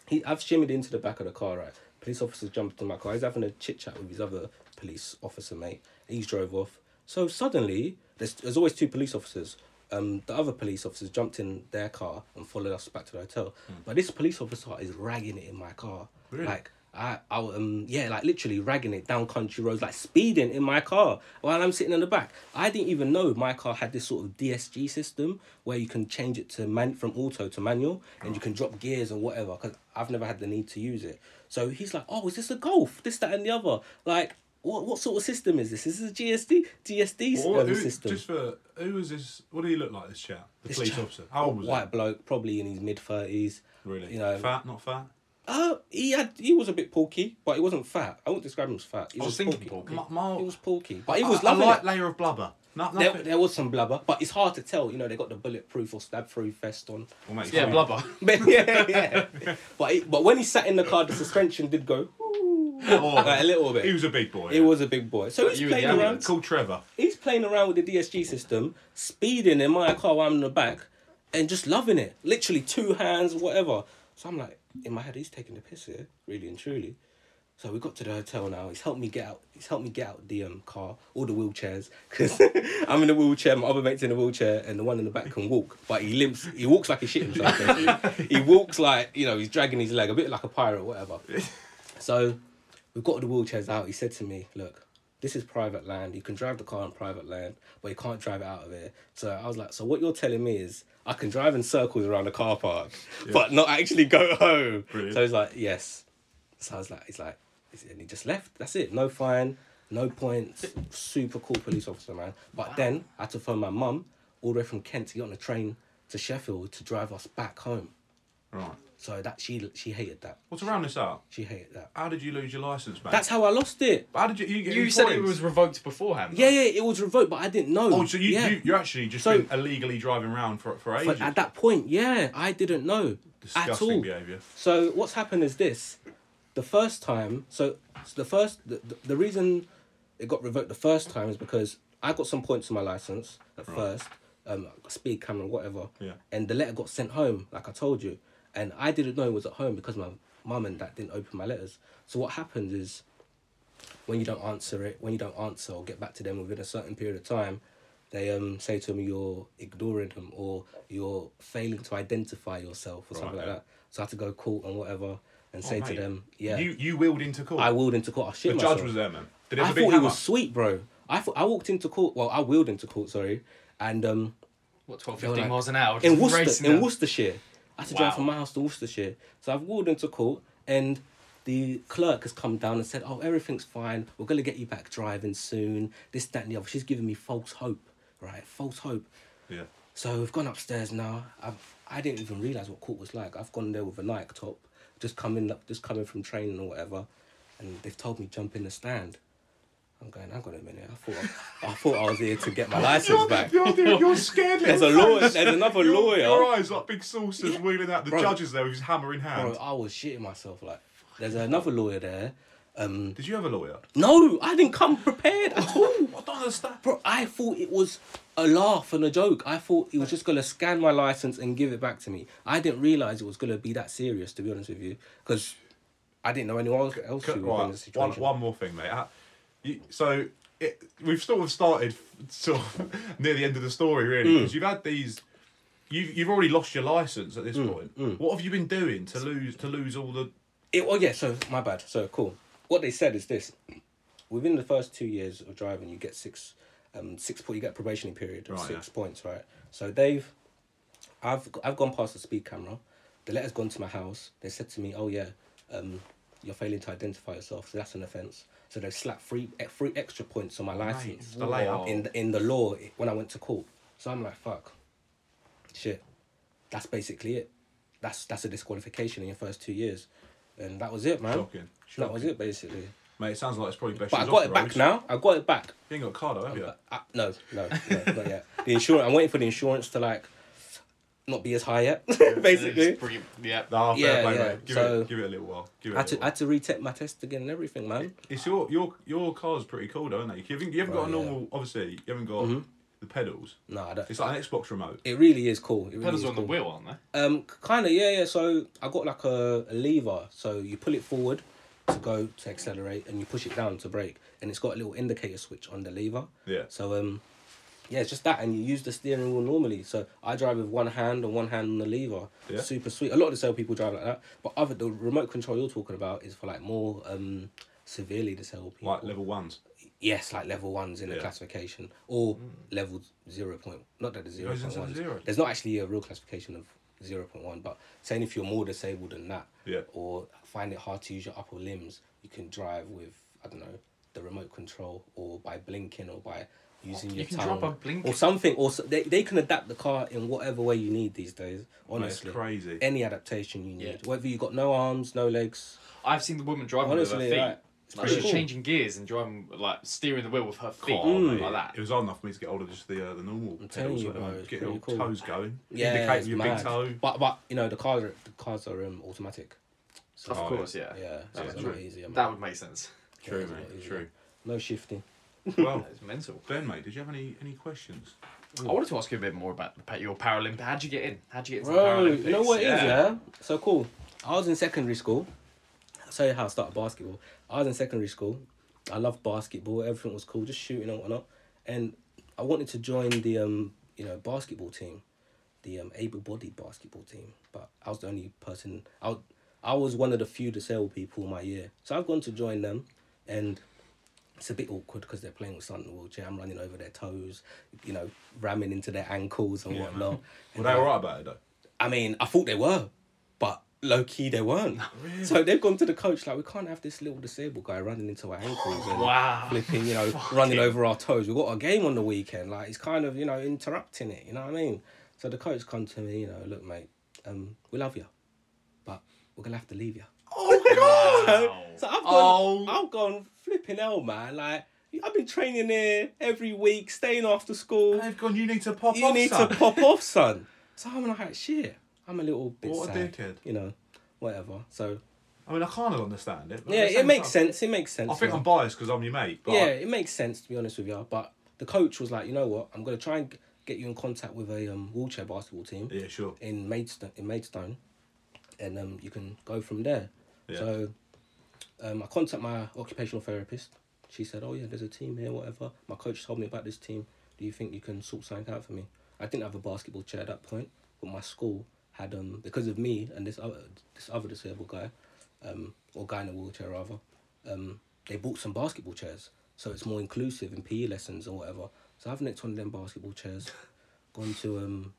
Speaker 1: he, I've shimmied into the back of the car, right? Police officer jumped in my car. He's having a chit chat with his other police officer mate. He's drove off. So suddenly, there's, there's always two police officers. Um, the other police officers jumped in their car and followed us back to the hotel. But this police officer is ragging it in my car.
Speaker 4: Really?
Speaker 1: Like, I, I, um, yeah, like literally ragging it down country roads, like speeding in my car while I'm sitting in the back. I didn't even know my car had this sort of DSG system where you can change it to man from auto to manual and you can drop gears and whatever. Because I've never had the need to use it. So he's like, "Oh, is this a Golf? This, that, and the other." Like, what what sort of system is this? Is this a GSD GSD s-
Speaker 2: Or
Speaker 1: um,
Speaker 2: who,
Speaker 1: system?
Speaker 2: just for who was this? What did he look like? This chap, the
Speaker 1: This
Speaker 2: police
Speaker 1: chap-
Speaker 2: officer. How old was
Speaker 1: white
Speaker 2: he?
Speaker 1: bloke, probably in his mid thirties.
Speaker 2: Really?
Speaker 1: you know-
Speaker 2: fat, not fat.
Speaker 1: Uh, he had he was a bit porky, but he wasn't fat. I wouldn't describe him as fat. He
Speaker 3: I
Speaker 2: Oh,
Speaker 1: was,
Speaker 3: was thinking
Speaker 1: porky.
Speaker 3: porky.
Speaker 1: He was porky, but he was lovely.
Speaker 2: a light layer of blubber. Not
Speaker 1: There,
Speaker 2: nothing.
Speaker 1: there was some blubber, but it's hard to tell. You know, they got the bulletproof or stab-through vest on.
Speaker 2: Well, mate,
Speaker 3: Yeah,
Speaker 2: come on.
Speaker 3: blubber.
Speaker 1: But [laughs] yeah, yeah. But it, but when he sat in the car, the suspension did go
Speaker 2: Or-
Speaker 1: like, a little bit.
Speaker 2: He was a big boy.
Speaker 1: It was a big boy. So he's
Speaker 3: You were
Speaker 1: playing
Speaker 3: the only
Speaker 1: around.
Speaker 2: called Trevor.
Speaker 1: He's playing around with the DSG system, speeding in my car while I'm in the back, and just loving it. Literally two hands, whatever. So I'm like, in my head, he's taking the piss here, really and truly. So we got to the hotel now. He's helped me get out. He's helped me get out the um, car, all the wheelchairs, because [laughs] I'm in a wheelchair. My other mate's in a wheelchair, and the one in the back can walk, but he limps. He walks like he shit himself. basically. he walks like you know he's dragging his leg, a bit like a pirate, whatever. So we got the wheelchairs out. He said to me, Look, this is private land. You can drive the car on private land, but you can't drive it out of here. So I was like, So what you're telling me is I can drive in circles around the car park, but not actually go home.
Speaker 2: Brilliant.
Speaker 1: So he's like, Yes. So I was like, He's like, "Is it-" and he just left. That's it. No fine, no points. Super cool police officer, man. But then I had to phone my mum all the way from Kent to get on a train to Sheffield to drive us back home.
Speaker 2: Right.
Speaker 1: So that she she hated that.
Speaker 2: Well, to round this up,
Speaker 1: She hated that.
Speaker 2: how did you lose your license, mate?
Speaker 1: That's how I lost it.
Speaker 2: how did you? You, get
Speaker 3: You
Speaker 2: any
Speaker 3: said it
Speaker 2: points?
Speaker 3: was revoked beforehand.
Speaker 1: Yeah, yeah, it was revoked, but I didn't know.
Speaker 2: Oh, so you,
Speaker 1: yeah.
Speaker 2: you you're actually just
Speaker 1: So-
Speaker 2: been illegally driving around for for ages.
Speaker 1: But at that point, yeah, I didn't know at all.
Speaker 2: Disgusting behaviour.
Speaker 1: So what's happened is this: the first time, so so the first, the, the, the reason it got revoked the first time is because I got some points on my license at first, um, speed camera, whatever.
Speaker 2: Yeah.
Speaker 1: And the letter got sent home, like I told you, and I didn't know it was at home because my mum and dad didn't open my letters. So what happens is, when you don't answer it, when you don't answer or get back to them within a certain period of time, they um say to them you're ignoring them or you're failing to identify yourself or something
Speaker 2: Right,
Speaker 1: like
Speaker 2: yeah.
Speaker 1: that. So I had to go to court and whatever and
Speaker 2: Oh,
Speaker 1: say to
Speaker 2: mate.
Speaker 1: them, yeah,
Speaker 2: You you wheeled into court.
Speaker 1: I wheeled into court. I shit
Speaker 2: the
Speaker 1: myself.
Speaker 2: judge was there, man. Did he
Speaker 1: I
Speaker 2: have a big
Speaker 1: thought he
Speaker 2: hammer?
Speaker 1: was sweet, bro. I thought I walked into court. Well, I wheeled into court, sorry, and um
Speaker 3: What, 12,
Speaker 1: They were
Speaker 3: 15
Speaker 1: like-
Speaker 3: miles an hour?
Speaker 1: in
Speaker 3: just
Speaker 1: Worcester,
Speaker 3: racing
Speaker 1: in
Speaker 3: them.
Speaker 1: Worcestershire. I had to drive
Speaker 3: Wow.
Speaker 1: from my house to Worcestershire. So I've wheeled into court and the clerk has come down and said, Oh, everything's fine. We're going to get you back driving soon. This, that, and the other. She's giving me false hope, right? False hope.
Speaker 2: Yeah.
Speaker 1: So we've gone upstairs now. I've I didn't even realize what court was like. I've gone there with a Nike top, just coming up, just coming from training or whatever, and they've told me jump in the stand. I'm going. Hang on a minute. I thought I, I thought I was here to get
Speaker 3: [laughs]
Speaker 1: my license back.
Speaker 2: You're,
Speaker 1: [laughs]
Speaker 2: you're, you're scared.
Speaker 1: There's a
Speaker 2: little
Speaker 1: lawyer.
Speaker 2: face.
Speaker 1: There's another
Speaker 2: Your-
Speaker 1: lawyer.
Speaker 2: Your eyes like big saucers wheeling out. The
Speaker 1: Bro.
Speaker 2: judge is there with his hammer in hand.
Speaker 1: Bro, I was shitting myself. Like, there's another lawyer there. Um,
Speaker 2: Did you have a lawyer?
Speaker 1: no, I didn't come prepared at all.
Speaker 2: I don't understand.
Speaker 1: Bro, I thought it was a laugh and a joke. I thought he was just gonna scan my license and give it back to me. I didn't realize it was gonna be that serious, to be honest with you, because I didn't know anyone else, else
Speaker 2: C-
Speaker 1: who was in the
Speaker 2: Right, one,
Speaker 1: situation.
Speaker 2: one more thing, mate. Uh, you, so it, we've sort of started sort of [laughs] near the end of the story,
Speaker 1: Mm.
Speaker 2: really, because you've had these. You've, you've already lost your license at this
Speaker 1: Mm,
Speaker 2: point. What have you been doing to lose to lose all the?
Speaker 1: It, oh yeah, so my bad. So cool. What they said is this: within the first two years of driving, you get six, um, six point. You get a probationary period of
Speaker 2: Right,
Speaker 1: six
Speaker 2: yeah.
Speaker 1: points, right? So they've, I've I've gone past the speed camera. The letter's gone to my house. They said to me, "Oh yeah, um, you're failing to identify yourself, so that's an offence." So they've slapped three e- three extra points on my license
Speaker 2: the layout.
Speaker 1: in the, in the law i- when I went to court. So I'm like, fuck, shit. That's basically it. That's that's a disqualification in your first two years, and that was it, man.
Speaker 2: Shocking.
Speaker 1: That was it basically.
Speaker 2: Mate, it sounds like it's probably best.
Speaker 1: But I
Speaker 2: she's
Speaker 1: got
Speaker 2: off
Speaker 1: it
Speaker 2: the
Speaker 1: back
Speaker 2: roads.
Speaker 1: now. I got it back.
Speaker 2: You ain't got a car though, have you?
Speaker 1: Uh, no, no, no, not yet. The insurance. I'm waiting for the insurance to like, not be as high yet. [laughs] basically,
Speaker 3: Just bring it- Yeah.
Speaker 2: Nah, fair
Speaker 1: Yeah,
Speaker 2: play,
Speaker 1: yeah,
Speaker 2: mate. Give,
Speaker 1: so-
Speaker 2: it, give it a little while. Give it
Speaker 1: I
Speaker 2: a
Speaker 1: had
Speaker 2: little
Speaker 1: to I
Speaker 2: while.
Speaker 1: had to retake my test again and everything, man.
Speaker 2: It's your your your car's pretty cool, though, isn't it? You haven't, you haven't
Speaker 1: Bro,
Speaker 2: got a
Speaker 1: yeah. Mm-hmm.
Speaker 2: normal. Obviously, you haven't got the pedals.
Speaker 1: No, I don't.
Speaker 2: It's like an Xbox remote.
Speaker 1: It really is cool. It really
Speaker 3: Pedals
Speaker 1: is
Speaker 3: are on the
Speaker 1: cool.
Speaker 3: wheel, aren't they?
Speaker 1: Um, kind of, yeah, yeah. So I got like a, a lever, so you pull it forward to go to accelerate, and you push it down to brake, and it's got a little indicator switch on the lever.
Speaker 2: Yeah.
Speaker 1: So um, yeah, it's just that, and you use the steering wheel normally. So I drive with one hand and one hand on the lever.
Speaker 2: Yeah.
Speaker 1: Super sweet. A lot of disabled people drive like that, but other the remote control you're talking about is for like more um severely disabled people.
Speaker 2: Like level ones.
Speaker 1: Yes, like level ones in the
Speaker 2: Yeah.
Speaker 1: classification or
Speaker 3: Hmm.
Speaker 1: level zero point. Not that the
Speaker 3: Oh,
Speaker 1: zero
Speaker 2: goes
Speaker 1: point
Speaker 2: into the
Speaker 1: one.
Speaker 2: zero.
Speaker 1: There's not actually a real classification of zero point one, but saying if you're more disabled than that,
Speaker 2: Yeah.
Speaker 1: or find it hard to use your upper limbs, you can drive with I don't know the remote control or by blinking or by using
Speaker 3: You
Speaker 1: your
Speaker 3: can
Speaker 1: tongue
Speaker 3: drop a blink.
Speaker 1: or something. Or so, they they can adapt the car in whatever way you need these days.
Speaker 4: That's
Speaker 1: Honestly,
Speaker 4: crazy.
Speaker 1: any adaptation you need,
Speaker 3: Yeah.
Speaker 1: whether you got no arms, no legs.
Speaker 3: I've seen the woman driving with her
Speaker 1: Honestly,
Speaker 3: feet.
Speaker 1: like,
Speaker 3: It's
Speaker 1: like,
Speaker 3: pretty much
Speaker 1: cool.
Speaker 3: changing gears and driving, like steering the wheel with her feet,
Speaker 4: Oh,
Speaker 1: Mm.
Speaker 4: mate,
Speaker 3: like that.
Speaker 4: It was hard enough for me to get hold of just the uh, the normal
Speaker 1: telling
Speaker 4: pedals
Speaker 1: you,
Speaker 4: at the
Speaker 1: bro,
Speaker 4: moment.
Speaker 1: it's
Speaker 4: Get your
Speaker 1: pretty cool.
Speaker 4: toes going.
Speaker 1: Yeah,
Speaker 4: Indicate
Speaker 1: it's
Speaker 4: with your
Speaker 1: mad.
Speaker 4: big toe.
Speaker 1: But but you know the cars are, the cars are um, automatic. So,
Speaker 3: Of
Speaker 4: Oh,
Speaker 3: course, yeah.
Speaker 1: yeah, so
Speaker 3: That's
Speaker 1: it's a
Speaker 3: true.
Speaker 1: lot easier. man.
Speaker 3: That would make sense.
Speaker 1: Yeah,
Speaker 4: True,
Speaker 1: it's a lot
Speaker 4: mate.
Speaker 1: easier. [laughs]
Speaker 4: True.
Speaker 1: No shifting.
Speaker 4: Well,
Speaker 3: That is mental.
Speaker 4: Ben, mate, did you have any any questions?
Speaker 3: I wanted to ask you a bit more about the, pa- your Paralympic. How'd you get in? How'd you get into
Speaker 1: Bro,
Speaker 3: the Paralympics?
Speaker 1: you know what it is,
Speaker 3: yeah.
Speaker 1: yeah? So cool. I was in secondary school. I'll tell you how I started basketball. I was in secondary school. I loved basketball. Everything was cool, just shooting and whatnot. And I wanted to join the um, you know, basketball team, the um, able-bodied basketball team. But I was the only person. I I was one of the few disabled people my year. So I've gone to join them, and it's a bit awkward because they're playing with someone in a wheelchair. I'm running over their toes, you know, ramming into their ankles and
Speaker 4: Yeah, man. [laughs]
Speaker 1: whatnot.
Speaker 4: Were
Speaker 1: And
Speaker 4: they
Speaker 1: like-
Speaker 4: alright about it though?
Speaker 1: I mean, I thought they were, but low key they weren't. So they've gone to the coach like, we can't have this little disabled guy running into our ankles and
Speaker 3: Wow.
Speaker 1: flipping, you know,
Speaker 3: [laughs]
Speaker 1: running over our toes. We've got a game on the weekend. Like he's kind of, you know, interrupting it. You know what I mean? So the coach come to me, you know, look, mate, um, we love you, but we're gonna have to leave [laughs] you.
Speaker 3: Wow.
Speaker 1: So I've
Speaker 3: Oh.
Speaker 1: gone, I've gone flipping hell, man. Like I've been training there every week, staying after school
Speaker 4: They've gone. You need to pop
Speaker 1: you
Speaker 4: off,
Speaker 1: need
Speaker 4: son."
Speaker 1: to pop off, son. [laughs] So I'm like, shit. I'm a little bit
Speaker 4: What a
Speaker 1: sad,
Speaker 4: dickhead.
Speaker 1: You know, whatever. So
Speaker 4: I mean, I kind of understand it. but
Speaker 1: yeah,
Speaker 4: at the same
Speaker 1: it makes
Speaker 4: time-
Speaker 1: sense. It makes sense.
Speaker 4: I think
Speaker 1: man.
Speaker 4: I'm biased because I'm your mate. But
Speaker 1: yeah, it makes sense to be honest with you. But the coach was like, you know what? I'm gonna try and g- get you in contact with a um, wheelchair basketball team
Speaker 4: I- yeah, sure.
Speaker 1: in Maidstone, in Maidstone, and um, you can go from there.
Speaker 4: Yeah.
Speaker 1: So, um, I contact my occupational therapist. She said, "Oh yeah, there's a team here, whatever." My coach told me about this team. Do you think you can sort something out for me? I didn't have a basketball chair at that point, but my school had um because of me and this other this other disabled guy, um or guy in a wheelchair rather, um they bought some basketball chairs, so it's more inclusive in PE lessons or whatever. So I've nicked one of them basketball chairs, [laughs] gone to um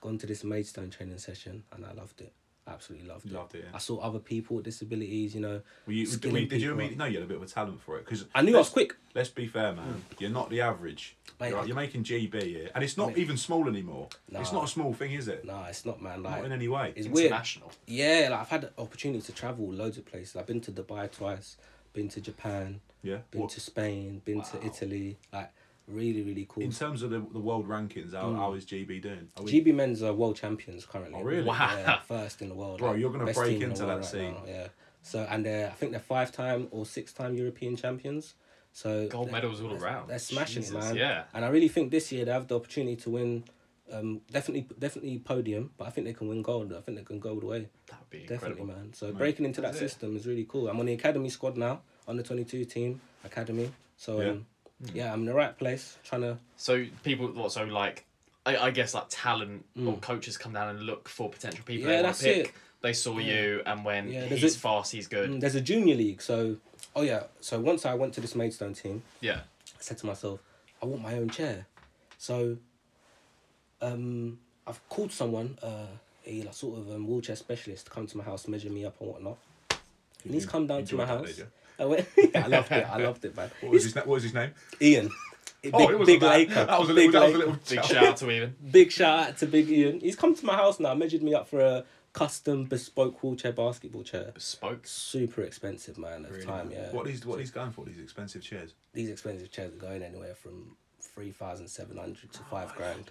Speaker 1: gone to this Maidstone training session and I loved it. Absolutely loved it.
Speaker 4: Loved it, yeah.
Speaker 1: I saw other people with disabilities, you know.
Speaker 4: Were you,
Speaker 1: skinny
Speaker 4: were you- did you
Speaker 1: people.
Speaker 4: immediately know you had a bit of a talent for it? Because
Speaker 1: I knew I was quick. Mm.
Speaker 4: Let's be fair, man. You're not the average.
Speaker 1: Mate,
Speaker 4: you're,
Speaker 1: I-
Speaker 4: you're making GB here, and it's not
Speaker 1: Mate.
Speaker 4: even small anymore. It's
Speaker 1: Nah.
Speaker 4: not a small thing, is it?
Speaker 1: Nah, it's not man
Speaker 4: Not in
Speaker 1: like
Speaker 4: any way.
Speaker 1: it's weird.
Speaker 3: International.
Speaker 1: Yeah, like I've had the opportunity to travel loads of places. I've been to Dubai twice, been to Japan,
Speaker 4: Yeah.
Speaker 1: been
Speaker 4: What-
Speaker 1: to Spain, been to
Speaker 3: Wow.
Speaker 1: Italy. Like really, really cool.
Speaker 4: in terms of the, the world rankings, how, how
Speaker 1: Mm.
Speaker 4: is GB doing? Are we,
Speaker 1: GB men's are world champions currently.
Speaker 4: Oh, really?
Speaker 3: Wow.
Speaker 1: Yeah, [laughs] first in the world.
Speaker 4: Bro, you're gonna
Speaker 1: best
Speaker 4: break
Speaker 1: team in the
Speaker 4: into
Speaker 1: world
Speaker 4: that
Speaker 1: right now, yeah. So and they're I think they're five time or six time European champions. So
Speaker 3: Gold
Speaker 1: they're-
Speaker 3: medals all around.
Speaker 1: They're smashing it,
Speaker 3: Jesus,
Speaker 1: man.
Speaker 3: Yeah.
Speaker 1: And I really think this year they have the opportunity to win. Um, definitely, definitely podium. But I think they can win gold. I think they can go all the way.
Speaker 3: That would be
Speaker 1: Definitely,
Speaker 3: incredible.
Speaker 1: man. So breaking into that
Speaker 3: That's it.
Speaker 1: system is really cool. I'm on the academy squad now, on the 22 team academy. So
Speaker 4: Yeah.
Speaker 1: um, yeah, I'm in the right place. Trying to
Speaker 3: So people, what, so like, I, I guess like talent or coaches come down and look for potential people.
Speaker 1: Mm. Yeah,
Speaker 3: they wanna
Speaker 1: that's
Speaker 3: pick.
Speaker 1: it.
Speaker 3: They saw you and when
Speaker 1: Yeah, there's
Speaker 3: he's
Speaker 1: a-
Speaker 3: fast, he's good.
Speaker 1: Mm, there's a junior league. So oh yeah. So once I went to this Maidstone team,
Speaker 3: [laughs] Yeah.
Speaker 1: I said to myself, I want my own chair. So um, I've called someone, uh, a like, sort of um, wheelchair specialist, to come to my house, measure me up and whatnot. And he's
Speaker 4: You-
Speaker 1: come down
Speaker 4: you
Speaker 1: to my
Speaker 4: enjoyed that,
Speaker 1: house.
Speaker 4: did you?
Speaker 1: [laughs] I went, I loved it. I loved it, man.
Speaker 4: What was his name? What was his name? [laughs] Oh,
Speaker 1: Ian. [laughs] Big,
Speaker 4: it was
Speaker 1: big
Speaker 4: a man.
Speaker 1: Laker.
Speaker 4: That was a
Speaker 1: big
Speaker 4: little. That was
Speaker 1: Laker.
Speaker 4: a little.
Speaker 3: Big
Speaker 4: shout.
Speaker 3: shout out to even.
Speaker 1: Big shout out to Big Ian. He's come to my house now, measured me up for a custom bespoke wheelchair basketball chair.
Speaker 3: Spoke.
Speaker 1: Super expensive, man, at the time, yeah.
Speaker 4: What he's what he's going for? These expensive chairs.
Speaker 1: These expensive chairs are going anywhere from 3,700 to 5
Speaker 4: Oh,
Speaker 1: grand.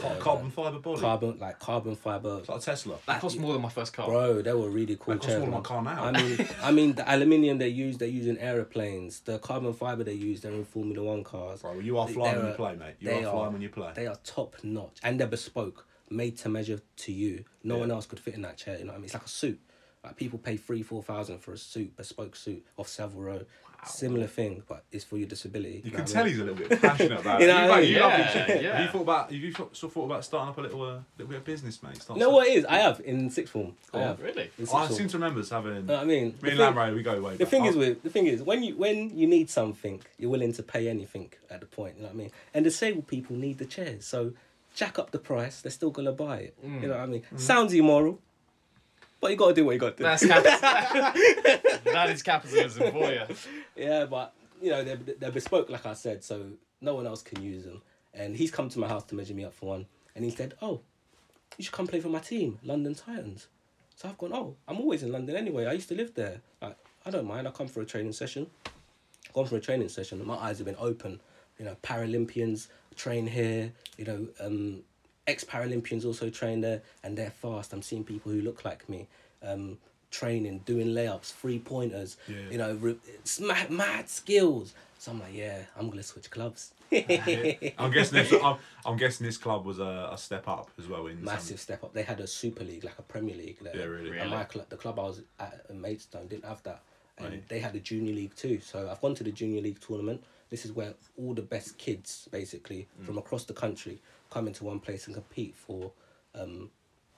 Speaker 4: Car- carbon fiber body.
Speaker 1: Carbon, like carbon fiber.
Speaker 4: It's like a Tesla.
Speaker 3: That cost more than my first car.
Speaker 1: Bro, they were really cool
Speaker 4: That costs
Speaker 1: chairs.
Speaker 4: more than my
Speaker 1: man.
Speaker 4: car now.
Speaker 1: I mean, I mean, the aluminium they use, they use in aeroplanes. The carbon fiber they use, they're in Formula One cars.
Speaker 4: Bro, you are
Speaker 1: They-
Speaker 4: flying
Speaker 1: they
Speaker 4: when you
Speaker 1: are-
Speaker 4: play, mate. You
Speaker 1: they
Speaker 4: are flying when you play.
Speaker 1: They are top notch, and they're bespoke, made to measure to you. No
Speaker 4: Yeah.
Speaker 1: one else could fit in that chair. You know what I mean? It's like a suit. Like people pay three, four thousand for a suit, bespoke suit off Savile Row. Similar thing, but it's for your disability.
Speaker 4: You
Speaker 1: know
Speaker 4: can
Speaker 1: what I
Speaker 4: tell
Speaker 1: mean?
Speaker 4: he's a little bit
Speaker 1: [laughs]
Speaker 4: passionate about it.
Speaker 1: You know
Speaker 4: You,
Speaker 1: what I
Speaker 4: mate,
Speaker 1: mean?
Speaker 4: you love
Speaker 3: Yeah,
Speaker 4: your chair.
Speaker 3: yeah.
Speaker 4: Have you thought about? Have you thought, sort of thought about starting up a little, uh, little bit of business, mate? Start
Speaker 1: You know what it is? I have in sixth form. I have.
Speaker 3: Oh, Really?
Speaker 1: In sixth
Speaker 4: Oh, I
Speaker 1: form.
Speaker 4: seem to remember us having.
Speaker 1: You know what I mean?
Speaker 4: me
Speaker 1: The
Speaker 4: and
Speaker 1: thing-
Speaker 4: Lamray, we go way.
Speaker 1: The
Speaker 4: back.
Speaker 1: thing is
Speaker 4: I-
Speaker 1: with the thing is when you when you need something, you're willing to pay anything at the point. You know what I mean? And disabled people need the
Speaker 3: Mm.
Speaker 4: Mm-hmm.
Speaker 1: chairs, so jack up the price. They're still gonna buy it. You know what I mean? Sounds immoral, But you got to do what you got to do.
Speaker 3: That's
Speaker 1: [laughs]
Speaker 3: capitalism. that is capitalism for you.
Speaker 1: Yeah, but you know they're they're bespoke, like I said, so no one else can use them. And he's come to my house to measure me up for one, and he said, "Oh, you should come play for my team, London Titans." So I've gone, "Oh, I'm always in London anyway. I used to live there. Like, I don't mind. I come for a training session. Gone for a training session. and My eyes have been open. You know, Paralympians train here. You know, um, ex Paralympians also train there, and they're fast. I'm seeing people who look like me." Um, training doing layups three pointers
Speaker 4: Yeah, yeah.
Speaker 1: you know re- it's mad, mad skills so i'm like yeah i'm gonna switch clubs [laughs]
Speaker 2: I'm guessing. This, I'm, I'm guessing this club was a, a step up as well in some-
Speaker 1: massive step up. They had a Super League, like a Premier League. There.
Speaker 2: Yeah, really.
Speaker 1: And
Speaker 3: Really?
Speaker 1: my club, the club I was at in Maidstone didn't have that, and
Speaker 2: Right.
Speaker 1: they had a Junior League too. So I've gone to the Junior League tournament. This is where all the best kids, basically
Speaker 2: Mm.
Speaker 1: from across the country, come into one place and compete for um,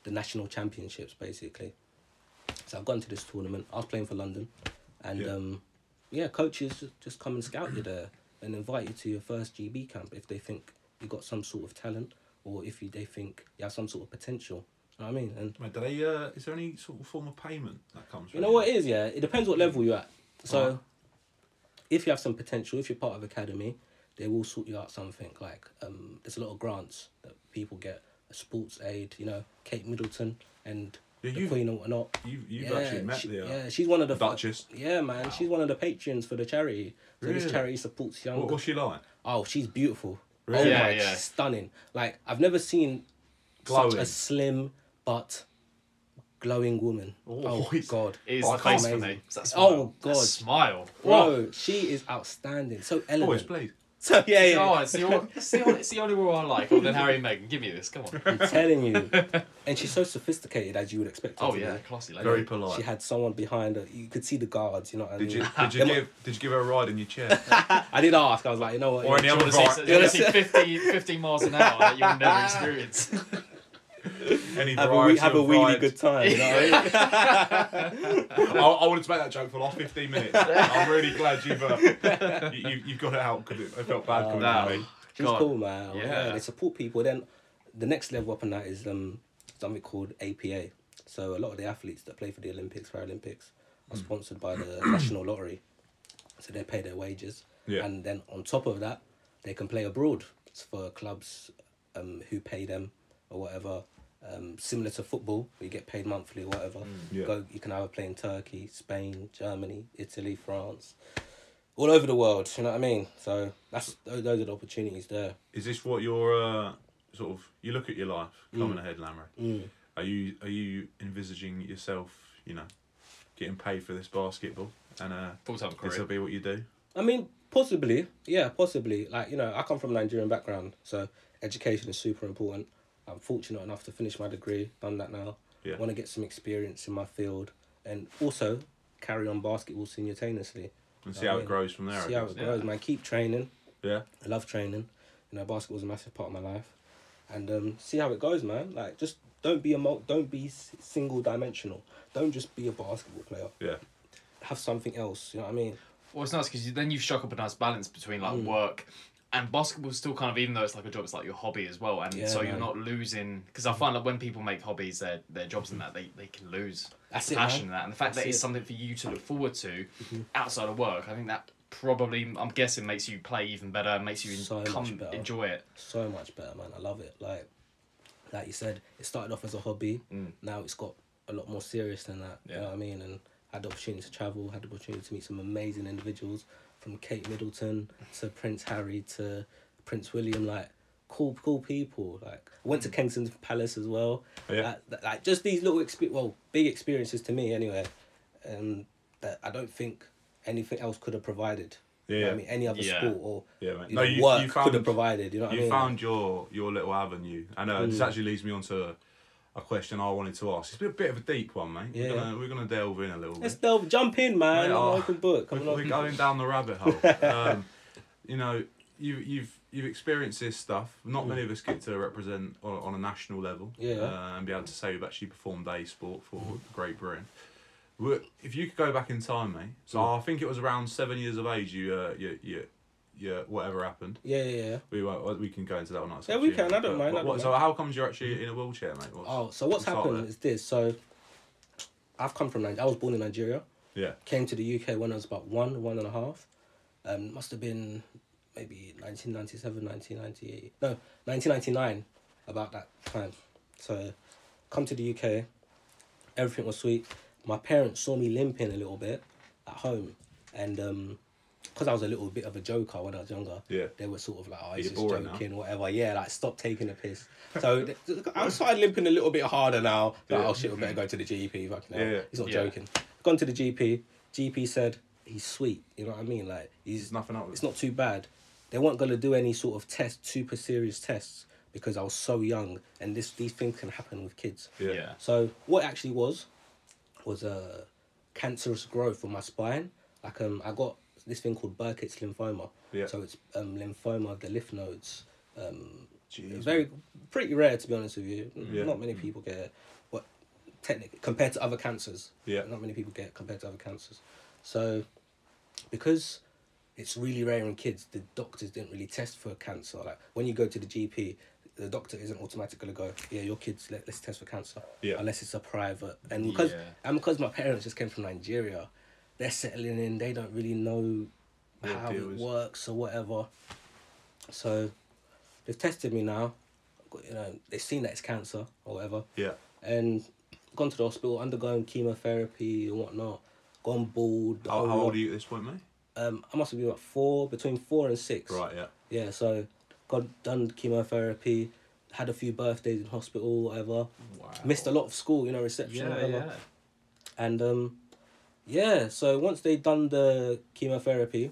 Speaker 1: the national championships, basically. So I've gone to this tournament. I was playing for London, and
Speaker 2: Yeah.
Speaker 1: um, yeah, coaches ju- just come and scout you there and invite you to your first GB camp if they think you got some sort of talent or if you, they think you have some sort of potential. You know what I mean? And
Speaker 2: Mate, do they, uh, is there any sort of form of payment that comes?
Speaker 1: you know what it is, yeah. It depends what level you're at. So,
Speaker 2: Uh-huh.
Speaker 1: if you have some potential, if you're part of academy, they will sort you out something. Like, um, there's a lot of grants that people get, sports aid. You know, Kate Middleton and
Speaker 2: Yeah,
Speaker 1: the
Speaker 2: you've-
Speaker 1: Queen and whatnot.
Speaker 2: You, you've actually met
Speaker 1: she-
Speaker 2: the. Uh,
Speaker 1: yeah, she's one of the fa-
Speaker 2: Duchess.
Speaker 1: yeah, man, she's one of the patrons for the charity. So
Speaker 2: Really?
Speaker 1: this charity supports young.
Speaker 2: What, what's she like?
Speaker 1: Oh, she's beautiful.
Speaker 2: Really?
Speaker 1: Oh
Speaker 3: Yeah,
Speaker 1: my,
Speaker 3: yeah.
Speaker 1: she's stunning. Like I've never seen such
Speaker 2: Glowing.
Speaker 1: a slim but glowing woman.
Speaker 2: [laughs]
Speaker 1: Oh,
Speaker 2: it's-
Speaker 1: God.
Speaker 3: It is
Speaker 2: Oh, I
Speaker 3: the
Speaker 2: can't
Speaker 3: face for
Speaker 1: imagine.
Speaker 3: me. It's that
Speaker 1: Oh,
Speaker 3: smile. That
Speaker 1: God.
Speaker 3: smile.
Speaker 1: Bro, she is outstanding. So
Speaker 2: Always
Speaker 1: elegant.
Speaker 2: played.
Speaker 1: so [laughs] yeah, yeah.
Speaker 3: Oh, it's the, only, [laughs] it's, the only, it's the only rule I like. Oh, then Harry and Meghan, give me this. Come on.
Speaker 1: I'm telling
Speaker 3: [laughs]
Speaker 1: you. And she's so sophisticated as you would expect her
Speaker 3: Oh
Speaker 1: to
Speaker 3: yeah,
Speaker 1: be.
Speaker 3: classy lady.
Speaker 2: Very polite.
Speaker 1: She had someone behind her. You could see the guards, you know what I [laughs]
Speaker 2: Did
Speaker 1: mean?
Speaker 2: you did you
Speaker 1: Them-
Speaker 2: give did you give her a ride in
Speaker 1: [laughs]
Speaker 2: your chair?
Speaker 1: I did ask. I was like, you know what?
Speaker 2: Or
Speaker 1: yeah,
Speaker 2: any
Speaker 3: You
Speaker 2: other
Speaker 3: want to see,
Speaker 2: vari-
Speaker 3: you wanna see 50, 50 miles an hour that you'll
Speaker 1: [laughs]
Speaker 3: never experience.
Speaker 2: Any
Speaker 1: have a,
Speaker 2: variety
Speaker 1: wee- have a
Speaker 2: of
Speaker 1: really
Speaker 2: rides?
Speaker 1: good time. You know
Speaker 3: [laughs]
Speaker 1: what I mean?
Speaker 2: I, I wanted to make that joke for the last fifteen minutes. I'm really glad you've
Speaker 1: [laughs]
Speaker 2: uh, you, you you've got it out because I felt
Speaker 1: Oh,
Speaker 2: bad coming
Speaker 3: no.
Speaker 2: out. me.
Speaker 1: She's
Speaker 3: Oh, God.
Speaker 1: cool, man. Yeah.
Speaker 3: Yeah.
Speaker 1: they support people. Then the next level up on that is um, something called APA. So a lot of the athletes that play for the Olympics, Paralympics, are
Speaker 3: Hmm.
Speaker 1: sponsored by the [clears throat] National Lottery. So they pay their wages.
Speaker 2: Yeah.
Speaker 1: And then on top of that, they can play abroad It's for clubs um, who pay them or whatever. Um, similar to football, where you get paid monthly or whatever.
Speaker 3: Hmm.
Speaker 2: Yeah.
Speaker 1: Go, you can either play in Turkey, Spain, Germany, Italy, France, all over the world. You know what I mean? So that's those, those are the opportunities there.
Speaker 2: Is this what your uh, sort of you look at your life
Speaker 1: Mm.
Speaker 2: coming ahead, Lamry? Are you are you envisaging yourself? You know, getting paid for this basketball, and uh,
Speaker 3: Full time
Speaker 2: this will
Speaker 3: career.
Speaker 2: be what you do.
Speaker 1: I mean, possibly, yeah, possibly. Like you know, I come from Nigerian background, so education is super important. I'm fortunate enough to finish my degree, done that now.
Speaker 2: Yeah.
Speaker 1: Want to get some experience in my field, and also carry on basketball simultaneously.
Speaker 2: And
Speaker 1: Yeah,
Speaker 2: see how
Speaker 1: Oh, yeah.
Speaker 2: it grows from there. I
Speaker 1: See how
Speaker 2: guess.
Speaker 1: it grows, man. Keep training.
Speaker 2: Yeah.
Speaker 1: I love training. You know, basketball's a massive part of my life, and um, see how it goes, man. Like, just don't be a mul- don't be s- single dimensional. Don't just be a basketball player.
Speaker 2: Yeah.
Speaker 1: Have something else. You know what I mean?
Speaker 3: Well, it's nice because you, then you've struck up a nice balance between like
Speaker 1: Hmm.
Speaker 3: work and basketball's still kind of even though it's like a job, it's like your hobby as well, and
Speaker 1: Yeah,
Speaker 3: so you're
Speaker 1: man.
Speaker 3: not losing. Because I find that when people make hobbies their their jobs and that they, they can lose
Speaker 1: That's it, man.
Speaker 3: passion in that, and the fact
Speaker 1: That's
Speaker 3: that it's
Speaker 1: it. Mm-hmm.
Speaker 3: something for you to look forward to outside of work, I think that probably I'm guessing makes you play even better, and makes you
Speaker 1: So much
Speaker 3: come
Speaker 1: better.
Speaker 3: enjoy it.
Speaker 1: so much better, man. I love it. Like, like you said, it started off as a hobby.
Speaker 2: Mm.
Speaker 1: Now it's got a lot more serious than that. You
Speaker 3: Yeah.
Speaker 1: know what I mean? And had the opportunity to travel, had the opportunity to meet some amazing individuals from Kate Middleton to Prince Harry to Prince William. Like, cool, cool people. Like, I went to Kensington Palace as well.
Speaker 2: Mm. Yeah.
Speaker 1: Like, th- like, just these little expe- well, big experiences to me anyway, um, that I don't think anything else could have provided. You know
Speaker 2: Yeah.
Speaker 1: what I mean, any other
Speaker 3: Yeah.
Speaker 1: sport or
Speaker 2: Yeah, mate.
Speaker 1: you
Speaker 2: No,
Speaker 1: know,
Speaker 2: you-
Speaker 1: work
Speaker 2: you
Speaker 1: could have
Speaker 2: found-
Speaker 1: provided. You know what
Speaker 2: you
Speaker 1: I mean? Mm.
Speaker 2: found your your little avenue, and uh, this actually leads me on to a question I wanted to ask. It's a bit, bit of a deep one, mate.
Speaker 1: Yeah.
Speaker 2: We're, gonna, we're gonna delve in a little
Speaker 1: Let's
Speaker 2: bit.
Speaker 1: delve, jump in, man.
Speaker 2: Mate,
Speaker 1: I'm
Speaker 2: oh,
Speaker 1: an open book.
Speaker 2: We're,
Speaker 1: I'm
Speaker 2: we're going down the rabbit
Speaker 1: [laughs]
Speaker 2: hole. um, you know, you you've you've experienced this stuff. Not many of us get to represent on, on a national level,
Speaker 1: Yeah.
Speaker 2: uh, and be able to say we've actually performed a sport for Great Britain. Were- If you could go back in time, mate. So
Speaker 1: Mm.
Speaker 2: I think it was around seven years of age. You, uh, you, you, you whatever happened.
Speaker 1: yeah, yeah, yeah.
Speaker 2: We won't, we can go into that one.
Speaker 1: Yeah, we can, I don't mind, I
Speaker 2: What,
Speaker 1: don't
Speaker 2: so how comes you're actually in a wheelchair, mate? What's-
Speaker 1: Oh, so what's
Speaker 2: what's up
Speaker 1: happened
Speaker 2: there?
Speaker 1: is this. So I've come from Nigeria. I was born in Nigeria.
Speaker 2: Yeah.
Speaker 1: Came to the UK when I was about one, one and a half. Um, must have been maybe 1997, 1998. No, 1999, about that time. So, come to the UK. Everything was sweet. My parents saw me limping a little bit at home. And because I was a little bit of a joker when I was younger,
Speaker 2: Yeah.
Speaker 1: they were sort of like, oh,
Speaker 2: You're
Speaker 1: he's just
Speaker 2: boring now."
Speaker 1: joking, whatever. Yeah, like, stop taking the piss. So, th- I started limping a little bit harder now. Like,
Speaker 2: Yeah.
Speaker 1: oh, shit, we better go to the GP. Fucking hell.
Speaker 2: Yeah, yeah.
Speaker 1: He's not
Speaker 3: Yeah.
Speaker 1: joking. Gone to the GP. GP said he's sweet. You know what I mean? Like he's
Speaker 2: There's nothing out
Speaker 1: it's not too bad. They weren't gonna do any sort of test, super serious tests, because I was so young, and this these things can happen with kids.
Speaker 2: Yeah.
Speaker 3: Yeah.
Speaker 1: So what it actually was, was a cancerous growth on my spine. Like um, I got this thing called Burkitt's lymphoma.
Speaker 2: Yeah.
Speaker 1: So it's um lymphoma of the lymph nodes. Um,
Speaker 2: Jeez,
Speaker 1: very pretty rare to be honest with you.
Speaker 2: Yeah.
Speaker 1: Not many people get it, but technically compared to other cancers.
Speaker 2: Yeah.
Speaker 1: Not many people get it compared to other cancers. So, because it's really rare in kids, the doctors didn't really test for cancer. Like when you go to the GP, the doctor isn't automatically gonna go, yeah, your kids let, let's test for cancer.
Speaker 2: Yeah.
Speaker 1: Unless it's a private, and because
Speaker 3: Yeah.
Speaker 1: and because my parents just came from Nigeria, they're settling in. They don't really know
Speaker 2: What
Speaker 1: how
Speaker 2: deal
Speaker 1: it
Speaker 2: is-
Speaker 1: works or whatever. So, they've tested me now. Got- You know, they've seen that it's cancer or whatever
Speaker 2: Yeah.
Speaker 1: and gone to the hospital, undergoing chemotherapy and whatnot. Gone bald. the
Speaker 2: How,
Speaker 1: whole
Speaker 2: how old
Speaker 1: lot.
Speaker 2: are you at this point, mate?
Speaker 1: Um, I must have been about four, between four and six.
Speaker 2: Right. Yeah.
Speaker 1: Yeah. So, got done chemotherapy, had a few birthdays in hospital, whatever.
Speaker 3: Wow.
Speaker 1: Missed a lot of school, you know, reception,
Speaker 3: Yeah,
Speaker 1: whatever.
Speaker 3: yeah.
Speaker 1: And um, yeah. So once they done the chemotherapy,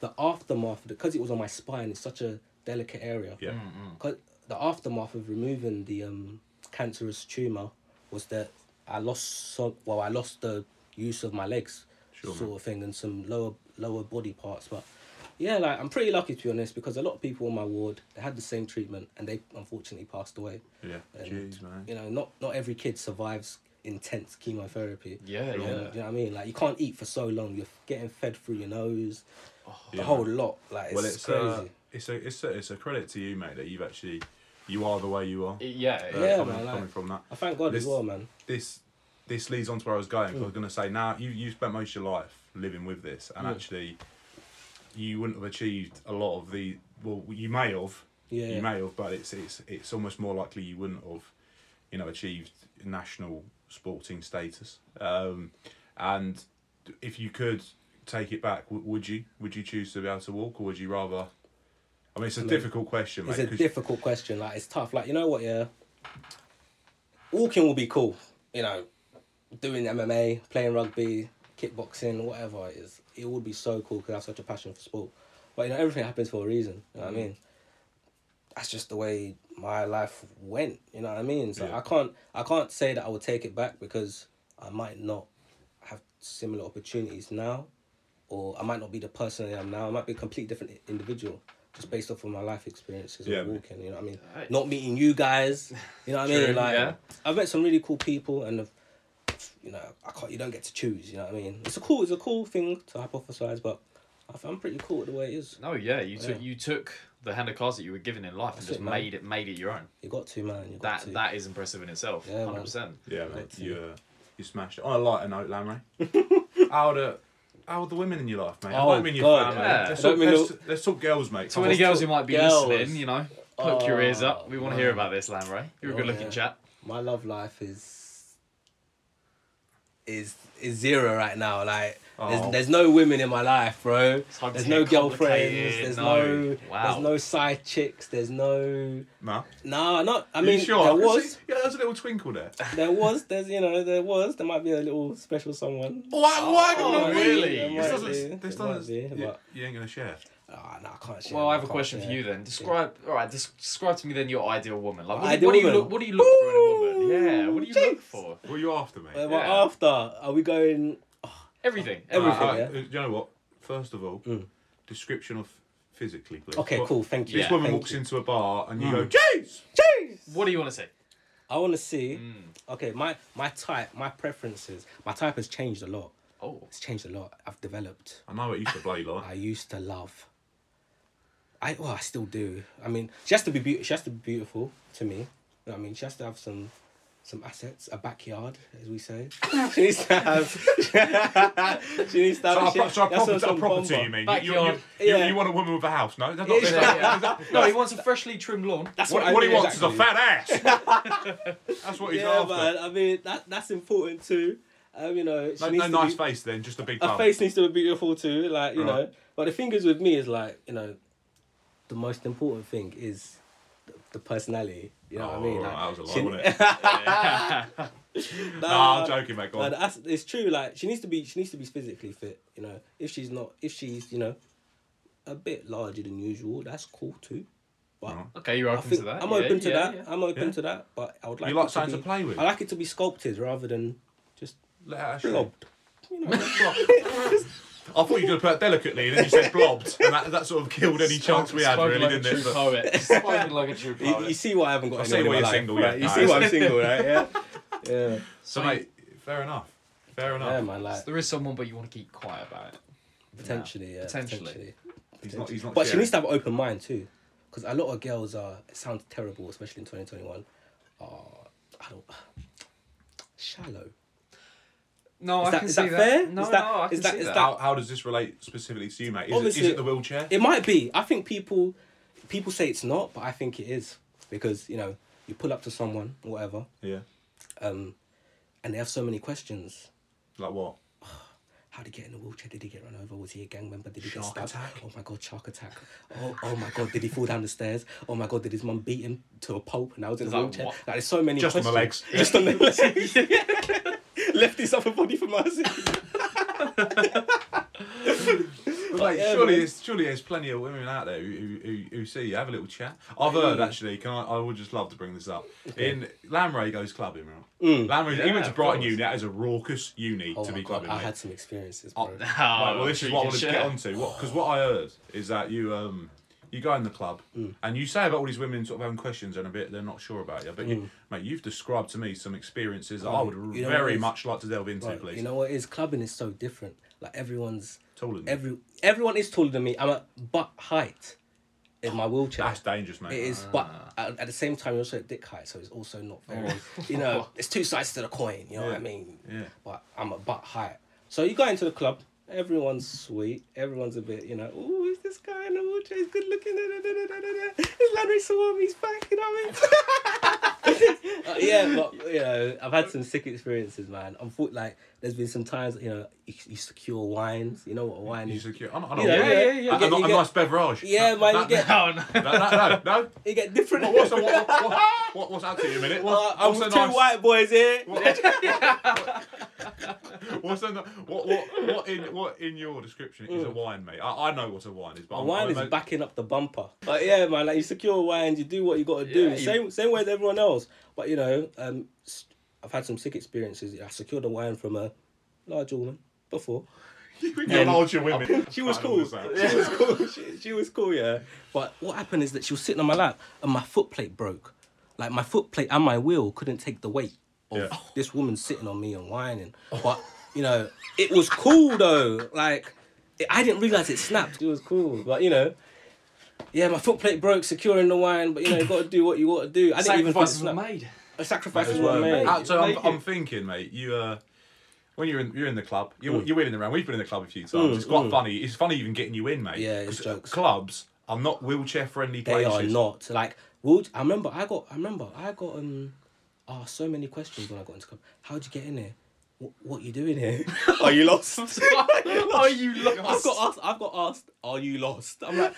Speaker 1: the aftermath because it was on my spine, it's such a delicate area.
Speaker 2: Yeah.
Speaker 1: Cause the aftermath of removing the um, cancerous tumor was that I lost some. Well, I lost the use of my legs,
Speaker 2: Sure,
Speaker 1: sort of thing, and some lower lower body parts. But yeah, like I'm pretty lucky to be honest, because a lot of people on my ward they had the same treatment and they unfortunately passed away.
Speaker 2: Yeah.
Speaker 1: And,
Speaker 2: Jeez, man.
Speaker 1: You know, not not every kid survives intense chemotherapy.
Speaker 3: Yeah,
Speaker 1: Um,
Speaker 3: yeah.
Speaker 1: you know what I mean? Like you can't eat for so long. You're getting fed through your nose, the
Speaker 2: Yeah,
Speaker 1: whole lot. Like it's,
Speaker 2: Oh. well, it's
Speaker 1: crazy.
Speaker 2: uh, it's a it's a, it's a credit to you, mate, that you've actually you are the way you are.
Speaker 3: It- Yeah.
Speaker 2: uh,
Speaker 3: it-
Speaker 1: Yeah,
Speaker 2: coming,
Speaker 1: man, like-
Speaker 2: coming from that.
Speaker 1: I thank God
Speaker 2: this-
Speaker 1: as well, man.
Speaker 2: this this leads on to where I was going. 'cause I was going to say now you you spent most of your life living with this, and
Speaker 1: Mm.
Speaker 2: actually, you wouldn't have achieved a lot of the. Well, you may have.
Speaker 1: Yeah.
Speaker 2: You may have, but it's it's it's almost more likely you wouldn't have, you know, achieved national sporting status. Um, and if you could take it back, w- would you? Would you choose to be able to walk, or would you rather? I mean, it's a
Speaker 1: mean,
Speaker 2: difficult question, mate.
Speaker 1: It's a
Speaker 2: 'cause-
Speaker 1: difficult question. Like it's tough. Like you know what? Yeah, walking will be cool. You know, doing MMA, playing rugby, kickboxing, whatever it is, it would be so cool because I have such a passion for sport. But you know, everything happens for a reason. You know what I mean? That's just the way my life went. You know what I mean? So
Speaker 2: Yeah.
Speaker 1: I can't. I can't say that I would take it back because I might not have similar opportunities now, or I might not be the person I am now. I might be a completely different i- individual just based off of my life experiences
Speaker 2: Yeah,
Speaker 1: of
Speaker 2: mate.
Speaker 1: walking. You know what I mean?
Speaker 3: Right.
Speaker 1: Not meeting you guys. You know what I
Speaker 3: True,
Speaker 1: mean? Like
Speaker 3: yeah.
Speaker 1: I've met some really cool people, and I've, you know, I can't. You don't get to choose. You know what I mean? It's a cool. It's a cool thing to hypothesize, but I th- I'm pretty cool with the way it is.
Speaker 3: No, yeah. You took
Speaker 1: Yeah.
Speaker 3: you took the hand of cards that you were given in life and
Speaker 1: That's
Speaker 3: just
Speaker 1: it, man.
Speaker 3: made it made it your own.
Speaker 1: You got to man. You got
Speaker 3: That
Speaker 1: to.
Speaker 3: that is impressive in itself.
Speaker 1: Yeah, man.
Speaker 3: Hundred percent.
Speaker 2: Yeah, mate,
Speaker 1: Right.
Speaker 2: you uh, you smashed it. On a lighter note, Lamre, how the how are the women in your life, mate?
Speaker 1: Oh,
Speaker 2: I don't mean your
Speaker 1: God.
Speaker 2: family.
Speaker 3: Yeah.
Speaker 2: Let's,
Speaker 1: I don't
Speaker 2: talk,
Speaker 1: mean
Speaker 2: let's,
Speaker 1: the-
Speaker 2: let's talk girls, mate.
Speaker 3: To any
Speaker 2: Let's
Speaker 3: girls
Speaker 2: talk-
Speaker 3: who might be
Speaker 1: girls.
Speaker 3: listening, you know, poke your ears
Speaker 1: Oh,
Speaker 3: up. We want to hear
Speaker 1: man.
Speaker 3: about this, Lamray. You're a
Speaker 1: Oh,
Speaker 3: good looking
Speaker 1: yeah.
Speaker 3: chap.
Speaker 1: my love life is is is zero right now. Like
Speaker 2: Oh.
Speaker 1: there's, there's no women in my life, bro.
Speaker 3: hard to
Speaker 1: There's
Speaker 3: get
Speaker 1: no girlfriends.
Speaker 3: complicated,
Speaker 1: There's
Speaker 3: no.
Speaker 1: no,
Speaker 3: Wow.
Speaker 1: there's no side chicks. There's no
Speaker 2: Nah.
Speaker 1: nah. Not I
Speaker 2: Are
Speaker 1: mean
Speaker 2: you sure?
Speaker 1: there
Speaker 2: I can
Speaker 1: was
Speaker 2: see- yeah, there's a little twinkle there.
Speaker 1: there was there's you know there was there might be a little special someone.
Speaker 2: Why? why
Speaker 3: Oh,
Speaker 2: not
Speaker 3: really?
Speaker 2: This
Speaker 3: It might
Speaker 1: be,
Speaker 2: doesn't. This
Speaker 1: it might
Speaker 2: doesn't.
Speaker 1: be,
Speaker 2: you,
Speaker 1: but-
Speaker 2: you ain't gonna share.
Speaker 1: Ah, nah, I can't. Share,
Speaker 3: Well, I have a
Speaker 1: can't
Speaker 3: question for
Speaker 1: share.
Speaker 3: you then. Describe, all right. des- describe to me then your ideal woman. Like, what, do-
Speaker 1: Ideal
Speaker 3: what do you
Speaker 1: woman?
Speaker 3: look? What do you look for in a woman?
Speaker 1: Ooh,
Speaker 3: Yeah. What do you look
Speaker 1: jeez.
Speaker 3: for?
Speaker 2: What are you after, mate?
Speaker 1: Uh,
Speaker 2: Alright,
Speaker 1: but
Speaker 3: Yeah.
Speaker 1: after are we going?
Speaker 3: Everything.
Speaker 1: Everything.
Speaker 3: Everything.
Speaker 2: alright,
Speaker 1: yeah. Mm.
Speaker 2: uh, You know what? First of all, description of physically, please.
Speaker 1: Okay,
Speaker 2: What-
Speaker 1: cool. Thank you.
Speaker 2: This
Speaker 3: Yeah,
Speaker 2: woman
Speaker 1: Thank
Speaker 2: walks
Speaker 1: you. Mm.
Speaker 2: into a bar and you go, "Jeez."
Speaker 3: What do you want to see?
Speaker 1: I want to see.
Speaker 3: Hmm.
Speaker 1: Okay, my my type, my preferences, my type has changed a lot.
Speaker 3: Oh.
Speaker 1: [laughs]
Speaker 3: [laughs]
Speaker 1: It's changed a lot. I've developed.
Speaker 2: I know it used to blow you like.
Speaker 1: I used to love. I well, I still do. I mean, she has to be beautiful. She has to be beautiful to me. You know what I mean, she has to have some some assets, a backyard, as we say. she needs to have. [laughs] she needs to
Speaker 2: So,
Speaker 1: have.
Speaker 2: a,
Speaker 1: a
Speaker 2: pro-
Speaker 1: shit-
Speaker 2: so a
Speaker 1: that's
Speaker 2: property,
Speaker 1: also
Speaker 2: a property
Speaker 1: bomber.
Speaker 2: you mean? You, you,
Speaker 3: Backyard.
Speaker 2: you,
Speaker 1: Yeah.
Speaker 2: you want a woman with a house? No, that's not
Speaker 1: Yeah,
Speaker 2: this.
Speaker 1: yeah, yeah.
Speaker 3: no, he wants a freshly trimmed lawn.
Speaker 1: That's
Speaker 2: What,
Speaker 1: I
Speaker 2: what he
Speaker 1: mean,
Speaker 2: wants
Speaker 1: exactly.
Speaker 2: is a fat
Speaker 1: [laughs]
Speaker 2: ass. that's what he's
Speaker 1: Yeah,
Speaker 2: after.
Speaker 1: man. I mean that that's important too. Um, you know, she
Speaker 2: No,
Speaker 1: needs
Speaker 2: no
Speaker 1: to
Speaker 2: nice
Speaker 1: be,
Speaker 2: face then, just a big
Speaker 1: a
Speaker 2: bum.
Speaker 1: face needs to be beautiful too. Like you know,
Speaker 2: Right.
Speaker 1: but the thing is with me is like you know, the most important thing is the, the personality. You know what I mean?
Speaker 2: Oh,
Speaker 1: Like,
Speaker 2: that was a lot,
Speaker 1: she-
Speaker 2: wasn't
Speaker 1: [laughs]
Speaker 2: it? Nah, I'm joking, mate. Go
Speaker 1: Like,
Speaker 2: on.
Speaker 1: that's it's true. Like she needs to be she needs to be physically fit. You know, if she's not, if she's you know, a bit larger than usual, that's cool too. But
Speaker 2: Right.
Speaker 3: Okay, you're
Speaker 1: I
Speaker 3: open
Speaker 1: think
Speaker 3: to that.
Speaker 1: I'm
Speaker 3: Yeah,
Speaker 1: open to
Speaker 3: yeah,
Speaker 1: that.
Speaker 3: yeah.
Speaker 1: I'm open
Speaker 2: Yeah.
Speaker 1: to that. But I would like.
Speaker 2: You like
Speaker 1: it
Speaker 2: something
Speaker 1: be,
Speaker 2: to play with?
Speaker 1: I like it to be sculpted rather than just
Speaker 2: Let her shoot.
Speaker 1: blobbed. You
Speaker 3: [laughs]
Speaker 1: know,
Speaker 2: I thought you were going to put it delicately, and then you said blobbed, and that, that sort of killed any chance we had,
Speaker 3: Spoken
Speaker 2: really,
Speaker 3: like a
Speaker 2: didn't it?
Speaker 3: true
Speaker 2: But
Speaker 3: poet. [laughs] Spoken like a true
Speaker 1: you, you
Speaker 3: poet.
Speaker 1: see why I haven't got.
Speaker 2: I
Speaker 1: anyone
Speaker 2: see
Speaker 1: in
Speaker 2: why
Speaker 1: my
Speaker 2: you're
Speaker 1: life,
Speaker 2: single,
Speaker 1: right?
Speaker 2: yeah.
Speaker 1: You
Speaker 2: No,
Speaker 1: see why I'm
Speaker 2: it's-
Speaker 1: single, right?
Speaker 2: [laughs]
Speaker 1: Yeah. Yeah.
Speaker 2: so, mate, fair enough. Fair enough.
Speaker 1: Yeah, man. Like
Speaker 3: There is someone, but you want to keep quiet about it.
Speaker 1: potentially. Yeah.
Speaker 3: Potentially.
Speaker 1: Potentially.
Speaker 2: he's not. He's not.
Speaker 1: But she
Speaker 2: sharing.
Speaker 1: needs to have an open mind too, because a lot of girls are. It sounds terrible, especially in twenty twenty one. Are I don't [sighs] shallow.
Speaker 3: No,
Speaker 1: Is
Speaker 3: I
Speaker 1: that-
Speaker 3: can
Speaker 1: is
Speaker 3: see
Speaker 1: that
Speaker 3: that.
Speaker 1: fair?
Speaker 3: No,
Speaker 1: Is that-
Speaker 3: no, I
Speaker 1: is
Speaker 3: can
Speaker 1: that-
Speaker 3: see
Speaker 1: is
Speaker 3: that. [laughs]
Speaker 2: How, how does this relate specifically to you, mate? Is, it,
Speaker 1: Obviously-
Speaker 2: is it the wheelchair?
Speaker 1: It might be. I think people, people say it's not, but I think it is because you know you pull up to someone, whatever,
Speaker 2: yeah.
Speaker 1: um, and they have so many questions.
Speaker 2: Like what?
Speaker 1: How did he get in a wheelchair? Did he get run over? Was he a gang member? Did he
Speaker 2: Shark
Speaker 1: get stabbed?
Speaker 2: attack?
Speaker 1: Oh my god, shark attack! Oh, oh my god, did he fall down the stairs? Oh my god, did his mum beat him to a pulp and I was in a
Speaker 3: Like
Speaker 1: wheelchair?
Speaker 3: what?
Speaker 1: Like there's so many
Speaker 2: Just on the
Speaker 1: questions.
Speaker 2: legs.
Speaker 1: Just on the legs. [laughs] Left his upper body for
Speaker 2: [laughs]
Speaker 1: mercy.
Speaker 2: But mate,
Speaker 1: yeah,
Speaker 2: surely,
Speaker 1: man.
Speaker 2: there's, surely there's plenty of women out there who, who, who see you. Have a little chat. I've heard actually. Can I? I would just love to bring this up. In Lamray goes clubbing, right?
Speaker 1: Mm.
Speaker 2: Lamray. he
Speaker 3: Yeah,
Speaker 2: went to
Speaker 3: of
Speaker 2: Brighton
Speaker 3: course.
Speaker 2: Uni. That is a raucous uni
Speaker 1: Oh
Speaker 2: to
Speaker 1: my
Speaker 2: be
Speaker 1: god,
Speaker 2: clubbing.
Speaker 1: I
Speaker 2: mate.
Speaker 1: had some experiences,
Speaker 2: Oh,
Speaker 1: bro.
Speaker 2: Right, well, this is what I wanted to get
Speaker 3: on.
Speaker 2: onto. What? Because what I heard is that you um you go in the club
Speaker 1: Mm.
Speaker 2: and you say about all these women sort of having questions and a bit they're not sure about you. But you, mate, you've described to me some experiences that I would
Speaker 1: Mm. you know what
Speaker 2: very
Speaker 1: is-
Speaker 2: much like to delve into,
Speaker 1: Right,
Speaker 2: please.
Speaker 1: You know what it is clubbing is so different. Like everyone's
Speaker 2: Taller than you.
Speaker 1: every everyone is taller than me. I'm at butt height in my wheelchair.
Speaker 2: That's dangerous, mate.
Speaker 1: it is, but uh, at, at the same time, you're also at dick height, so it's also not very. you
Speaker 2: [laughs]
Speaker 1: know, it's two sides to the coin. You know what I
Speaker 2: Oh. Yeah,
Speaker 1: mean?
Speaker 2: yeah.
Speaker 1: But I'm at butt height, so you go into the club. Everyone's sweet. Everyone's a bit, you know. Oh, is this guy in the wheelchair? He's good looking. Da, da, da, da, da, da, da. Is Larry Sawami? He's back. You know what I mean?
Speaker 2: [laughs]
Speaker 1: Uh, yeah, but you know, I've had some sick experiences, man. I'm thought like there's been some times, you know, you, you secure wines. You know what a wine
Speaker 2: You
Speaker 1: is?
Speaker 2: secure. I know, I know
Speaker 1: You know,
Speaker 2: what-
Speaker 3: yeah, yeah, yeah.
Speaker 1: you
Speaker 3: I-
Speaker 2: A,
Speaker 1: get-
Speaker 2: a,
Speaker 1: you
Speaker 2: a
Speaker 1: get-
Speaker 2: nice beverage.
Speaker 1: Yeah,
Speaker 2: No,
Speaker 1: man,
Speaker 2: no,
Speaker 1: you get
Speaker 3: [laughs] Oh, [laughs]
Speaker 2: No,
Speaker 3: no.
Speaker 2: no, no, no.
Speaker 1: you get different.
Speaker 2: What, what's, the- what, what, what, what, what's that to you in a minute?
Speaker 1: [laughs] Uh,
Speaker 2: What,
Speaker 1: I'm
Speaker 2: what's
Speaker 1: with
Speaker 2: a
Speaker 1: two
Speaker 2: nice,
Speaker 1: white boys here.
Speaker 2: What's a, ni- what, what, what in what in your description is a wine, mate? I, I know what a wine is, but
Speaker 1: Mm. A
Speaker 2: I'm-
Speaker 1: wine
Speaker 2: I'm
Speaker 1: is
Speaker 2: a- [laughs]
Speaker 1: backing up the bumper. But yeah, man, like you secure wines, you do what you got to do.
Speaker 3: Yeah, you-
Speaker 1: Same same way as everyone else. But you know, um, s- I've had some sick experiences. I secured a wine from a large woman before.
Speaker 2: You're larger women.
Speaker 1: [laughs] She was
Speaker 2: I
Speaker 1: cool.
Speaker 2: don't know what to
Speaker 1: She was cool. [laughs] She, she was cool, yeah. But what happened is that she was sitting on my lap and my foot plate broke. Like my foot plate and my wheel couldn't take the weight of [laughs]
Speaker 2: Yeah.
Speaker 1: this woman sitting on me and whining. But you know, it was cool though. Like it, I didn't realize it snapped. It was cool, but you know. Yeah, my foot plate broke securing the wine, but you know you got to do what you got to do. I didn't even think it
Speaker 3: Sacrifices were
Speaker 1: snapped.
Speaker 3: made. [laughs]
Speaker 1: A sacrifice was
Speaker 2: say.
Speaker 1: made. um,
Speaker 2: Uh, so
Speaker 3: Make
Speaker 2: I'm,
Speaker 3: it.
Speaker 2: I'm thinking, mate. You uh, when you're in you're in the club, you're
Speaker 1: Mm.
Speaker 2: you're wheeling around. We've been in the club a few times. it's quite funny. It's funny even getting you in, mate.
Speaker 1: Yeah, it's
Speaker 2: 'Cause
Speaker 1: jokes.
Speaker 2: Clubs are not wheelchair friendly
Speaker 1: They
Speaker 2: places.
Speaker 1: are not like. Well, I remember I got. I remember I got um. Oh, so many questions when I got into club. How'd you get in here? What, what you doing here? [laughs] Are you lost?
Speaker 3: Are you
Speaker 1: I've
Speaker 3: lost? [laughs]
Speaker 1: got asked. I've got asked. Are you lost? I'm like,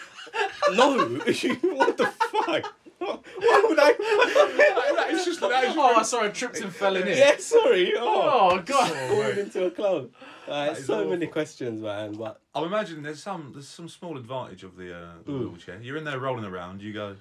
Speaker 1: no. [laughs] what the fuck? Why would I? [laughs]
Speaker 2: That is just that is
Speaker 3: Oh, I sorry, I tripped and fell in it.
Speaker 1: yeah, sorry. Oh,
Speaker 3: Oh god.
Speaker 1: Falling into a club. Like,
Speaker 2: is
Speaker 1: so many
Speaker 2: awful.
Speaker 1: questions, man. But
Speaker 2: I'm imagining there's some there's some small advantage of the, uh,
Speaker 1: Mm.
Speaker 2: the wheelchair. You're in there rolling around. You go,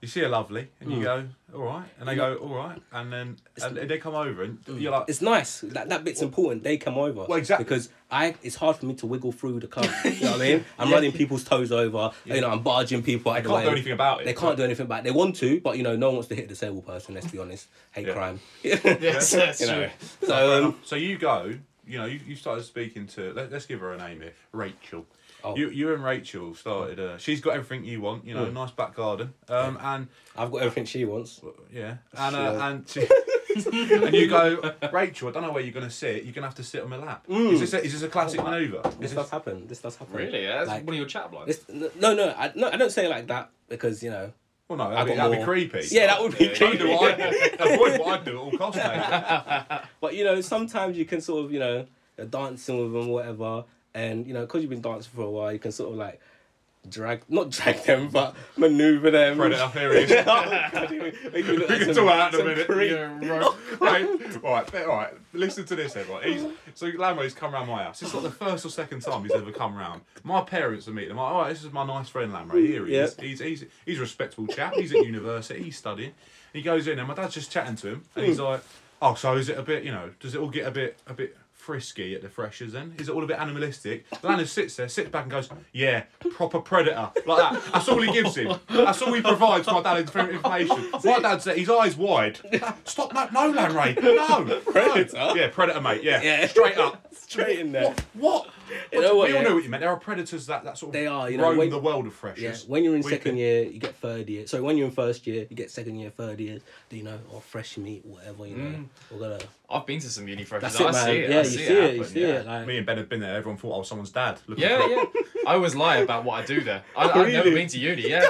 Speaker 2: you see a lovely, and
Speaker 1: Mm.
Speaker 2: you go, all right, and they go, all right, and then and they come over, and you're like,
Speaker 1: Mm. it's nice. That, that bit's important. They come over.
Speaker 2: Well, exactly.
Speaker 1: Because I, it's hard for me to wiggle through the club. you
Speaker 2: [laughs]
Speaker 1: know what I mean? I'm running people's toes over. You know, I'm barging people. out the
Speaker 2: can't do
Speaker 1: way.
Speaker 2: anything about it.
Speaker 1: They can't do anything about it. They want to, but you know, no one wants to hit a disabled person. Let's be honest. Hate
Speaker 2: Yeah.
Speaker 1: crime.
Speaker 3: [laughs]
Speaker 1: [laughs]
Speaker 3: Yes, that's
Speaker 1: You know.
Speaker 3: true.
Speaker 1: So
Speaker 2: [laughs]
Speaker 1: um,
Speaker 2: So you go, you know, you, you started speaking to. Let, us give her a name here, Rachel.
Speaker 1: Oh. Mm.
Speaker 2: You you and Rachel started. Uh, she's got everything you want. You know, nice back garden. Um, and
Speaker 1: I've got everything she wants.
Speaker 2: yeah, and uh,
Speaker 1: Sure.
Speaker 2: and she,
Speaker 1: [laughs]
Speaker 2: and you go, Rachel, I don't know where you're going to sit. You're going to have to sit on my lap.
Speaker 1: Mm.
Speaker 2: Is, this a, is this a
Speaker 1: Oh,
Speaker 2: classic manoeuvre?
Speaker 1: This
Speaker 2: Is
Speaker 1: does
Speaker 2: this,
Speaker 1: happen. This does happen.
Speaker 3: Really? Yeah, that's
Speaker 1: Like-
Speaker 3: one of your chat blogs.
Speaker 1: This, no, no, I, no, I don't say it like that because you know.
Speaker 2: well, no,
Speaker 1: I
Speaker 2: that'd, be,
Speaker 1: got
Speaker 2: that'd be
Speaker 1: more-
Speaker 2: creepy.
Speaker 1: Yeah, that would be
Speaker 3: Yeah, yeah,
Speaker 2: Don't
Speaker 1: creepy.
Speaker 2: do what I do. Avoid what I do at all costs,
Speaker 1: [laughs]
Speaker 2: mate.
Speaker 1: But you know, sometimes you can sort of you know you're dancing with them, whatever, and you know because you've been dancing for a while, you can sort of like drag, not drag [laughs] them, but maneuver them.
Speaker 2: Spread it up here. it
Speaker 1: [laughs]
Speaker 2: is.
Speaker 1: Oh, God, you make me look
Speaker 2: [laughs] We
Speaker 1: like some-
Speaker 2: can talk about that in a
Speaker 1: some
Speaker 2: minute.
Speaker 1: creep.
Speaker 3: Yeah, right.
Speaker 2: right, right, all right. Listen to this, everyone. He's, so Lamo's come round my house. It's not the first or second time he's ever come round. My parents are meeting him. Like, all right, this is my nice friend Lamo. Here he is.
Speaker 1: Yeah.
Speaker 2: He's, he's he's a respectable chap. He's at university. He's studying. He goes in, and my dad's just chatting to him, and
Speaker 1: Hmm.
Speaker 2: he's like, "Oh, so is it a bit? You know, does it all get a bit a bit?" Frisky at the freshers, then is it all a bit animalistic? Lano sits there, sits back, and goes, "Yeah, proper predator like that." That's all he gives him. That's all he provides my dad in- for information. My dad's there, his eyes wide. Stop! No, no, Lanray, no,
Speaker 1: Predator?
Speaker 2: No. Yeah, predator, mate. Yeah,
Speaker 1: Yeah.
Speaker 2: straight up.
Speaker 1: [laughs] Straight in there.
Speaker 2: What?
Speaker 1: You know what,
Speaker 2: we all
Speaker 1: yeah.
Speaker 2: know what you meant. There are predators that, that sort of
Speaker 1: They are, you know,
Speaker 2: roam
Speaker 1: when-
Speaker 2: the world of
Speaker 1: Yeah,
Speaker 2: freshers.
Speaker 1: when you're in
Speaker 2: We
Speaker 1: second
Speaker 2: can-
Speaker 1: year, you get third year. So when you're in first year, you get second year, third year. Do you know, or fresh meat, whatever you know.
Speaker 2: Mm.
Speaker 1: We're gonna.
Speaker 3: I've been to some uni freshers.
Speaker 1: That's it,
Speaker 3: I
Speaker 1: man.
Speaker 3: see it.
Speaker 1: yeah,
Speaker 3: I
Speaker 1: you
Speaker 3: see
Speaker 1: see
Speaker 3: it.
Speaker 1: you
Speaker 3: happen,
Speaker 1: see
Speaker 3: yeah.
Speaker 1: it. Like,
Speaker 2: Me and Ben have been there. Everyone thought I was someone's dad. Look at
Speaker 3: Yeah,
Speaker 2: the-
Speaker 1: [laughs]
Speaker 3: yeah. I always lie about what I do there. I, I've never
Speaker 1: Really?
Speaker 3: been to uni.
Speaker 1: [laughs]
Speaker 3: Yeah,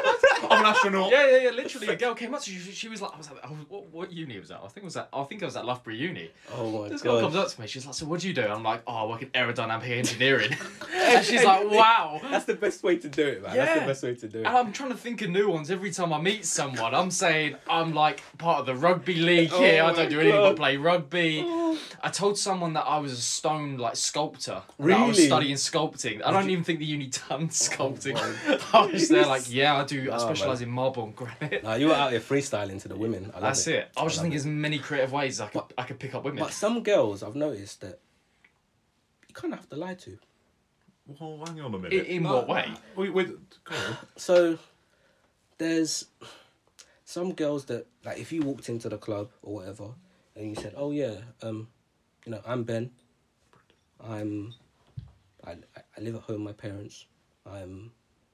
Speaker 2: I'm an astronaut.
Speaker 3: [laughs] yeah, yeah, yeah. Literally, a girl came up to me. She, she was like, I was at, I was- what, what uni was that? I think it was at, I think I was at Loughborough Uni.
Speaker 1: oh my
Speaker 3: This girl comes
Speaker 1: god.
Speaker 3: up to me. She's like, "So what do you do?" I'm like, "Oh, I work in
Speaker 1: [laughs]
Speaker 3: aerodynamic engineering." and she's like, "Wow."
Speaker 1: That's the best way to do it, man. That's
Speaker 3: Yeah.
Speaker 1: the best way to do it.
Speaker 3: And I'm trying to think of new ones every time I meet someone. I'm saying I'm like part of the rugby league here.
Speaker 1: Oh
Speaker 3: I don't
Speaker 1: my
Speaker 3: do anything but
Speaker 1: God. Oh.
Speaker 3: play rugby. I told someone that I was a stone like sculptor. That I was
Speaker 1: Really? Oh
Speaker 3: studying sculpting. I don't even think the uni done sculpting. [laughs] I was there like, yeah, I do. I
Speaker 1: man.
Speaker 3: specialize in marble and granite.
Speaker 1: Nah, you were out here freestyling to the women. I love
Speaker 3: That's it. I was just
Speaker 1: love
Speaker 3: thinking
Speaker 1: it.
Speaker 3: as many creative ways I could I could pick up women.
Speaker 1: But some girls, I've noticed that you kind of have to lie to.
Speaker 2: Well, hang on a
Speaker 3: In,
Speaker 2: minute.
Speaker 3: in what way?
Speaker 2: We, we, go on.
Speaker 1: So there's some girls that like if you walked into the club or whatever and you said, "Oh yeah, um, you know, I'm Ben. I'm I I- I live at home with my parents. I'm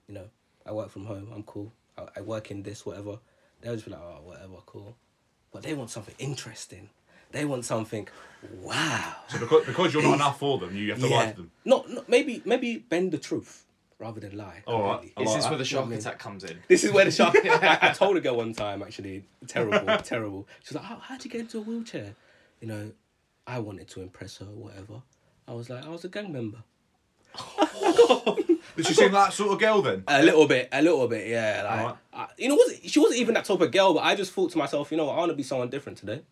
Speaker 1: you know, I work from home. I'm cool. I, I work in this whatever." They'll just be like, "Oh, whatever, cool." But they want something interesting. They want something wow.
Speaker 2: So because, because you're not enough for them, you have to lie to them.
Speaker 1: Not, not maybe maybe bend the truth rather than lie.
Speaker 2: All right.
Speaker 1: completely.
Speaker 2: I
Speaker 3: Is
Speaker 2: like
Speaker 3: this
Speaker 2: that.
Speaker 3: where the shark
Speaker 1: Yeah.
Speaker 3: attack comes in?
Speaker 1: This is where the shark. I, I told a girl one time actually, terrible, terrible. She was like, "How how'd you get into a wheelchair?" You know, I wanted to impress her, or whatever. I was like, I was a gang member.
Speaker 2: Did she seem that sort of girl then?
Speaker 1: A little bit, a little bit, yeah. Like,
Speaker 2: Alright.
Speaker 1: I, you know, was she wasn't even that type of girl, but I just thought to myself, you know, what, I want to be someone different today.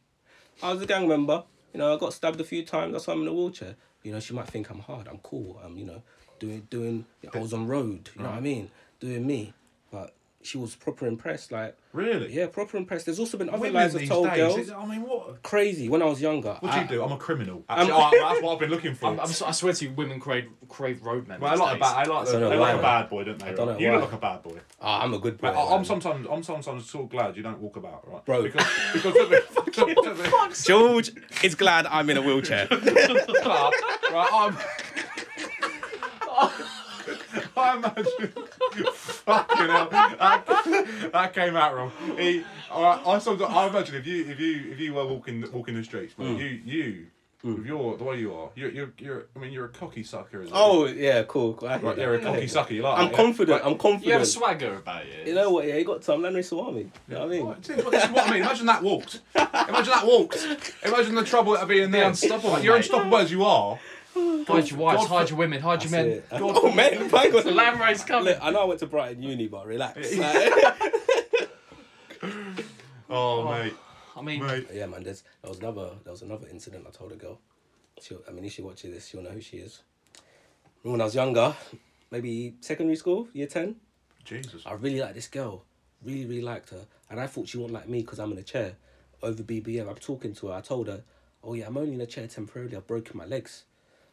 Speaker 1: I was a gang member. You know, I got stabbed a few times. That's why I'm in a wheelchair. You know, she might think I'm hard. I'm cool. I'm, you know, doing doing. I was on road. You know what I mean? Doing me, but she was proper impressed. Like,
Speaker 2: Really?
Speaker 1: yeah, proper impressed. There's also been other
Speaker 2: Women
Speaker 1: lives I've
Speaker 2: these
Speaker 1: told
Speaker 2: days,
Speaker 1: girls.
Speaker 2: is- I mean, what?
Speaker 1: Crazy. When I was younger,
Speaker 2: What do
Speaker 1: I,
Speaker 2: you do? I'm a criminal. Actually, oh, that's what I've been looking for.
Speaker 3: I'm, I'm, so- I swear to you, women crave crave road men.
Speaker 2: Well, I
Speaker 3: these
Speaker 2: like a
Speaker 3: days.
Speaker 2: bad. I like
Speaker 1: I
Speaker 2: the,
Speaker 1: don't know
Speaker 2: they like
Speaker 1: why.
Speaker 2: a bad boy, don't they?
Speaker 1: don't
Speaker 2: Rob?
Speaker 1: know
Speaker 2: you
Speaker 1: why.
Speaker 2: look like a bad boy.
Speaker 1: Ah, I'm a good boy.
Speaker 2: Mate, I- I'm
Speaker 1: man.
Speaker 2: sometimes, I'm sometimes so glad you don't walk about, right?
Speaker 1: Bro.
Speaker 2: because because look, look, look, look, look, look,
Speaker 1: George is glad I'm in a
Speaker 2: [laughs]
Speaker 1: wheelchair.
Speaker 2: but, right, I'm. I imagine. Fucking hell, that, that came out wrong. He, I, I, sometimes, I imagine if you, if you, if you were walking, walking the streets,
Speaker 1: Mm.
Speaker 2: mate, you, you, with your the way you are, you're, you're, you're, I mean, you're a cocky sucker. As well.
Speaker 1: oh yeah, cool. cool. I hear
Speaker 2: right,
Speaker 1: that.
Speaker 2: you're a cocky sucker. You like?
Speaker 1: I'm
Speaker 2: that, yeah?
Speaker 1: confident.
Speaker 2: Right,
Speaker 1: I'm confident.
Speaker 3: You have a swagger about you.
Speaker 1: You know what? Yeah, you got Tom Landry Swami. You know what I mean?
Speaker 2: This is what I mean. Imagine that walked. Imagine that walked. Imagine the trouble that'd be in there.
Speaker 3: unstoppable,
Speaker 2: Like, You're
Speaker 3: mate.
Speaker 2: unstoppable as you are.
Speaker 3: Hide your wives,
Speaker 2: God
Speaker 3: hide
Speaker 2: for-
Speaker 3: your women, hide your
Speaker 1: That's
Speaker 3: men.
Speaker 1: it. [laughs] oh man,
Speaker 2: [laughs]
Speaker 1: thank God.
Speaker 3: Lamb race coming.
Speaker 1: Look, I know I went to Brighton Uni, but relax.
Speaker 2: [laughs] Oh, mate,
Speaker 3: I mean,
Speaker 2: mate.
Speaker 1: [laughs] yeah, man. There's there was another there was another incident. I told a girl. She, I mean, if she watches this, she'll know who she is. When I was younger, maybe secondary school, year ten,
Speaker 2: Jesus.
Speaker 1: I really liked this girl. Really, really liked her. And I thought she wouldn't like me because I'm in a chair over BBM. I'm talking to her. I told her, oh, yeah, I'm only in a chair temporarily. I've broken my legs.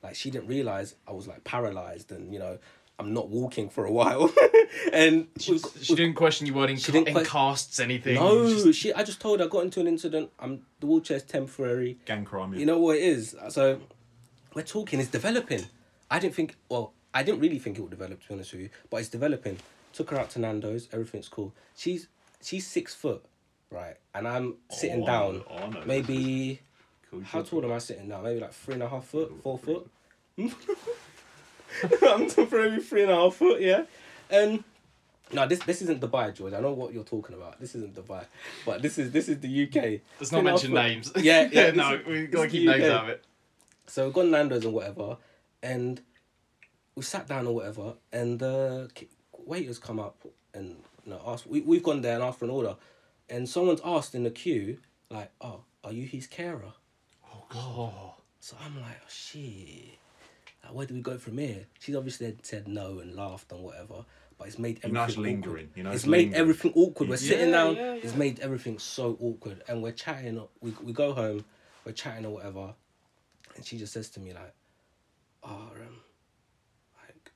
Speaker 1: Like, she didn't realize I was like paralyzed and, you know, I'm not walking for a while. [laughs] and we've got-
Speaker 3: she didn't question you weren't in, ca-
Speaker 1: didn't
Speaker 3: in
Speaker 1: que-
Speaker 3: casts anything.
Speaker 1: no,
Speaker 3: You just-
Speaker 1: she, I just told her I got into an incident. I'm The wheelchair's temporary.
Speaker 2: Gang crime. yeah.
Speaker 1: You know what it is? So we're talking, it's developing. I didn't think, well, I didn't really think it would develop, to be honest with you, but it's developing. Took her out to Nando's, everything's cool. She's she's six foot. right? And I'm sitting down,
Speaker 2: Oh, I know.
Speaker 1: maybe
Speaker 2: Cool
Speaker 1: how
Speaker 2: job.
Speaker 1: tall am I sitting now? Maybe like three and a half foot, four foot. [laughs] I'm [laughs] probably three and a half foot, yeah. And no, this this isn't Dubai, George. I know what you're talking about. This isn't Dubai, but this is this is the UK. Three
Speaker 3: Let's
Speaker 1: and
Speaker 3: not
Speaker 1: a half
Speaker 3: mention
Speaker 1: foot.
Speaker 3: names. [laughs]
Speaker 1: Yeah, yeah. this
Speaker 3: no,
Speaker 1: is-
Speaker 3: we
Speaker 1: this
Speaker 3: gotta
Speaker 1: is
Speaker 3: keep
Speaker 1: the
Speaker 3: names
Speaker 1: UK.
Speaker 3: out of it.
Speaker 1: So we've gone Nando's and whatever, and we sat down or whatever, and the ki- waiters come up and you know, ask. We we've gone there and asked for an order, and someone's asked in the queue like, "Oh, are you his carer?"
Speaker 3: Oh god.
Speaker 1: So I'm like, oh, shit. Like, where do we go from here? She's obviously had said no and laughed and whatever, but it's made everything
Speaker 2: You know it's
Speaker 1: awkward.
Speaker 2: lingering. You know
Speaker 1: it's
Speaker 2: it's
Speaker 1: made
Speaker 2: lingering.
Speaker 1: everything awkward. We're
Speaker 2: Yeah,
Speaker 1: sitting down.
Speaker 3: yeah,
Speaker 1: It's made everything so awkward, and we're chatting. We we go home, we're chatting or whatever, and she just says to me like, "Oh, um, like,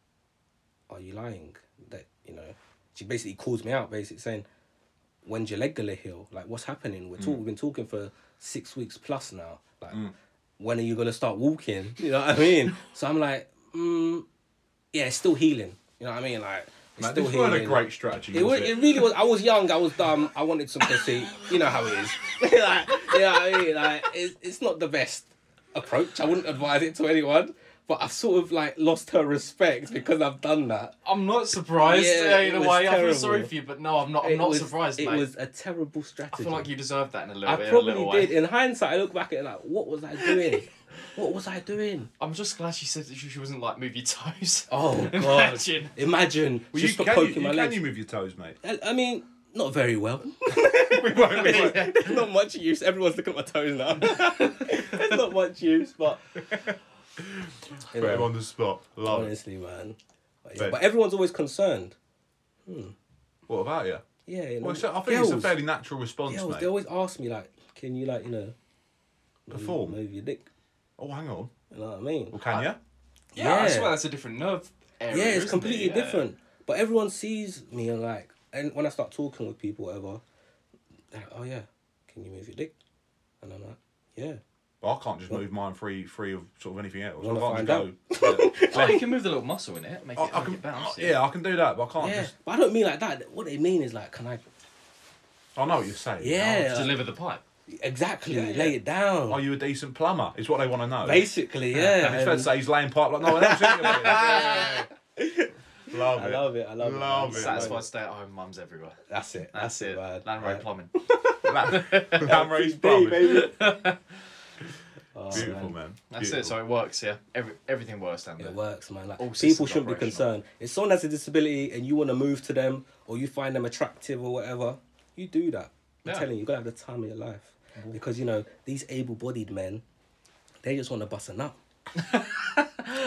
Speaker 1: are you lying? That you know?" She basically calls me out, basically saying, "When's your leg gonna heal? Like, what's happening? We're
Speaker 2: Mm.
Speaker 1: talk- We've been talking for six weeks plus now. Like, when are you gonna start
Speaker 2: [laughs]
Speaker 1: walking? You know what I mean?" so I'm like, mm, "Yeah, it's still healing. You know what I mean? Like." It's
Speaker 2: Mate,
Speaker 1: still
Speaker 2: this weren't a
Speaker 1: healing.
Speaker 2: great strategy.
Speaker 1: It,
Speaker 2: was
Speaker 1: was,
Speaker 2: it?
Speaker 1: it really was. I was young. I was dumb. I wanted some pussy. You know how it is. [laughs] like, you know what I mean? Like, it's, it's not the best approach. I wouldn't advise it to anyone. But I've sort of like lost her respect because I've done that.
Speaker 3: I'm not surprised
Speaker 1: Yeah,
Speaker 3: uh,
Speaker 1: it
Speaker 3: in a
Speaker 1: was
Speaker 3: way. I feel
Speaker 1: terrible.
Speaker 3: sorry for you, but no, I'm not. I'm
Speaker 1: It
Speaker 3: not
Speaker 1: was-
Speaker 3: surprised,
Speaker 1: It
Speaker 3: mate.
Speaker 1: was a terrible
Speaker 3: I
Speaker 1: strategy.
Speaker 3: feel like you deserved that in a little
Speaker 1: I
Speaker 3: bit. in a little
Speaker 1: probably
Speaker 3: way.
Speaker 1: did. In hindsight, I look back at it like, what was I [laughs] doing? what was I doing?
Speaker 3: I'm just glad she said that she she wasn't like move your [laughs] toes.
Speaker 1: Oh God!
Speaker 3: Imagine.
Speaker 1: Imagine
Speaker 2: Well,
Speaker 1: just
Speaker 2: you,
Speaker 1: for
Speaker 2: can, you,
Speaker 1: poking my
Speaker 2: you, can
Speaker 1: legs.
Speaker 2: you move your toes, mate? [laughs]
Speaker 1: I, I mean, not very well. [laughs]
Speaker 2: we won't, we won't.
Speaker 1: There's not much use. Everyone's looking at my toes now. There's not much use, but
Speaker 2: Put him on the spot. Love it.
Speaker 1: honestly, man. But, yeah,
Speaker 2: But-
Speaker 1: but everyone's always concerned.
Speaker 2: What about you?
Speaker 1: Yeah, you know,
Speaker 2: Well, so I think it's a
Speaker 1: girls-
Speaker 2: fairly natural response,
Speaker 1: girls, They
Speaker 2: mate.
Speaker 1: always ask me like, "Can you like you know
Speaker 2: Perform.
Speaker 1: move Uh, your dick?"
Speaker 2: Oh, hang on.
Speaker 1: You know what I mean?
Speaker 2: Well, can you?
Speaker 3: Yeah, I swear that's a different nerve area.
Speaker 1: yeah,
Speaker 3: isn't
Speaker 1: it's
Speaker 3: it?
Speaker 1: completely
Speaker 3: Yeah.
Speaker 1: different. But everyone sees me and like, and when I start talking with people, whatever, they're like, "Oh yeah, can you move your dick?" And I'm like, "Yeah."
Speaker 2: Well, I can't just move mine free, free of sort of anything else. I
Speaker 1: Wanna
Speaker 2: can't
Speaker 1: find [laughs]
Speaker 2: just go. Yeah.
Speaker 3: Oh, you can move the little muscle in it, make it,
Speaker 2: I, I
Speaker 3: make
Speaker 2: can,
Speaker 3: it bounce.
Speaker 2: yeah, I can do that, but I can't
Speaker 1: Yeah,
Speaker 2: just.
Speaker 1: but I don't mean like that. What they mean is like, can I?
Speaker 2: I know what you're saying.
Speaker 1: Yeah,
Speaker 2: Now.
Speaker 1: like-
Speaker 3: Deliver the pipe.
Speaker 1: Exactly,
Speaker 2: Yeah, yeah.
Speaker 1: lay it down.
Speaker 2: Are you a decent plumber? Is what they want to know.
Speaker 1: Basically, yeah.
Speaker 2: It's fair to
Speaker 1: and
Speaker 2: say he's laying pipe like no one else.
Speaker 1: [laughs]
Speaker 2: isn't he? Yeah. Love
Speaker 1: I [laughs]
Speaker 2: it.
Speaker 1: love it. I love,
Speaker 2: Love
Speaker 1: it.
Speaker 2: it.
Speaker 1: man.
Speaker 3: Satisfied stay at home mums everywhere.
Speaker 1: That's it.
Speaker 3: That's, it.
Speaker 1: man.
Speaker 3: Land road
Speaker 1: Right. [laughs]
Speaker 3: plumbing.
Speaker 2: La- Camera's
Speaker 1: Hey,
Speaker 2: plumbing.
Speaker 1: baby.
Speaker 2: [laughs]
Speaker 1: Oh,
Speaker 2: Beautiful
Speaker 1: man.
Speaker 2: man.
Speaker 3: That's it.
Speaker 2: Beautiful.
Speaker 3: So it works. Yeah, Every, everything works down there.
Speaker 1: It works, man. Like
Speaker 3: All
Speaker 1: people
Speaker 3: systems
Speaker 1: shouldn't be
Speaker 3: operational.
Speaker 1: concerned. If someone has a disability and you want to move to them or you find them attractive or whatever, you do that. I'm
Speaker 3: Yeah.
Speaker 1: telling you, you're gonna have the time of your life. Because you know, these able bodied men, they just wanna bust a
Speaker 3: [laughs]
Speaker 1: nut.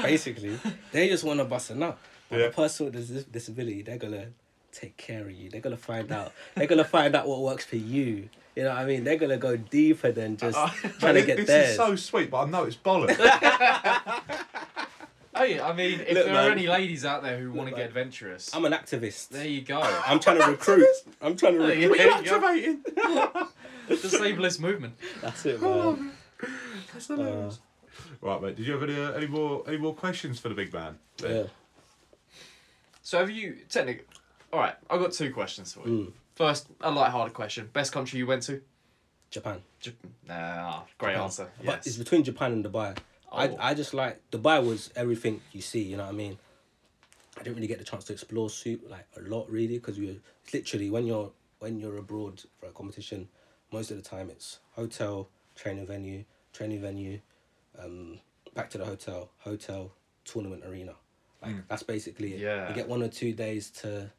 Speaker 1: Basically. They just wanna bust a nut. But
Speaker 2: Yeah.
Speaker 1: the person with a dis- disability, they're gonna take care of you. They're gonna find out. They're gonna find out what works for you. You know what I mean? They're gonna go deeper than just
Speaker 3: Uh, [laughs]
Speaker 1: trying to
Speaker 2: Mate,
Speaker 1: get
Speaker 2: this
Speaker 1: theirs.
Speaker 2: is so sweet, but I know it's bollocks.
Speaker 3: Oh yeah, I mean, if
Speaker 1: Look,
Speaker 3: there
Speaker 1: man.
Speaker 3: are any ladies out there who want to
Speaker 1: man.
Speaker 3: get adventurous,
Speaker 1: I'm an activist.
Speaker 3: there you
Speaker 1: [laughs]
Speaker 3: go.
Speaker 1: I'm
Speaker 3: [laughs]
Speaker 1: trying to recruit. I'm trying to
Speaker 3: There
Speaker 1: recruit.
Speaker 3: you
Speaker 2: We're
Speaker 3: go. [laughs]
Speaker 1: [laughs]
Speaker 2: activating.
Speaker 3: Disableless movement. Uh,
Speaker 1: That's it, man.
Speaker 2: That's hilarious. Right, mate. Did you have any uh, any more any more questions for the big man?
Speaker 1: Yeah.
Speaker 3: So have you technically? All right, I've got two questions for
Speaker 1: Mm.
Speaker 3: you. First, a light-hearted question: Best country you went to?
Speaker 1: Japan.
Speaker 3: J- Nah, great answer.
Speaker 1: But it's
Speaker 3: Yes.
Speaker 1: between Japan and Dubai.
Speaker 3: Oh.
Speaker 1: I, I just like Dubai was everything you see. You know what I mean. I didn't really get the chance to explore soup like a lot really because we were literally when you're when you're abroad for a competition, most of the time it's hotel, training venue, training venue, um, back to the hotel, hotel, tournament arena. Like that's basically it.
Speaker 3: Hmm. Yeah.
Speaker 1: You get one or two days to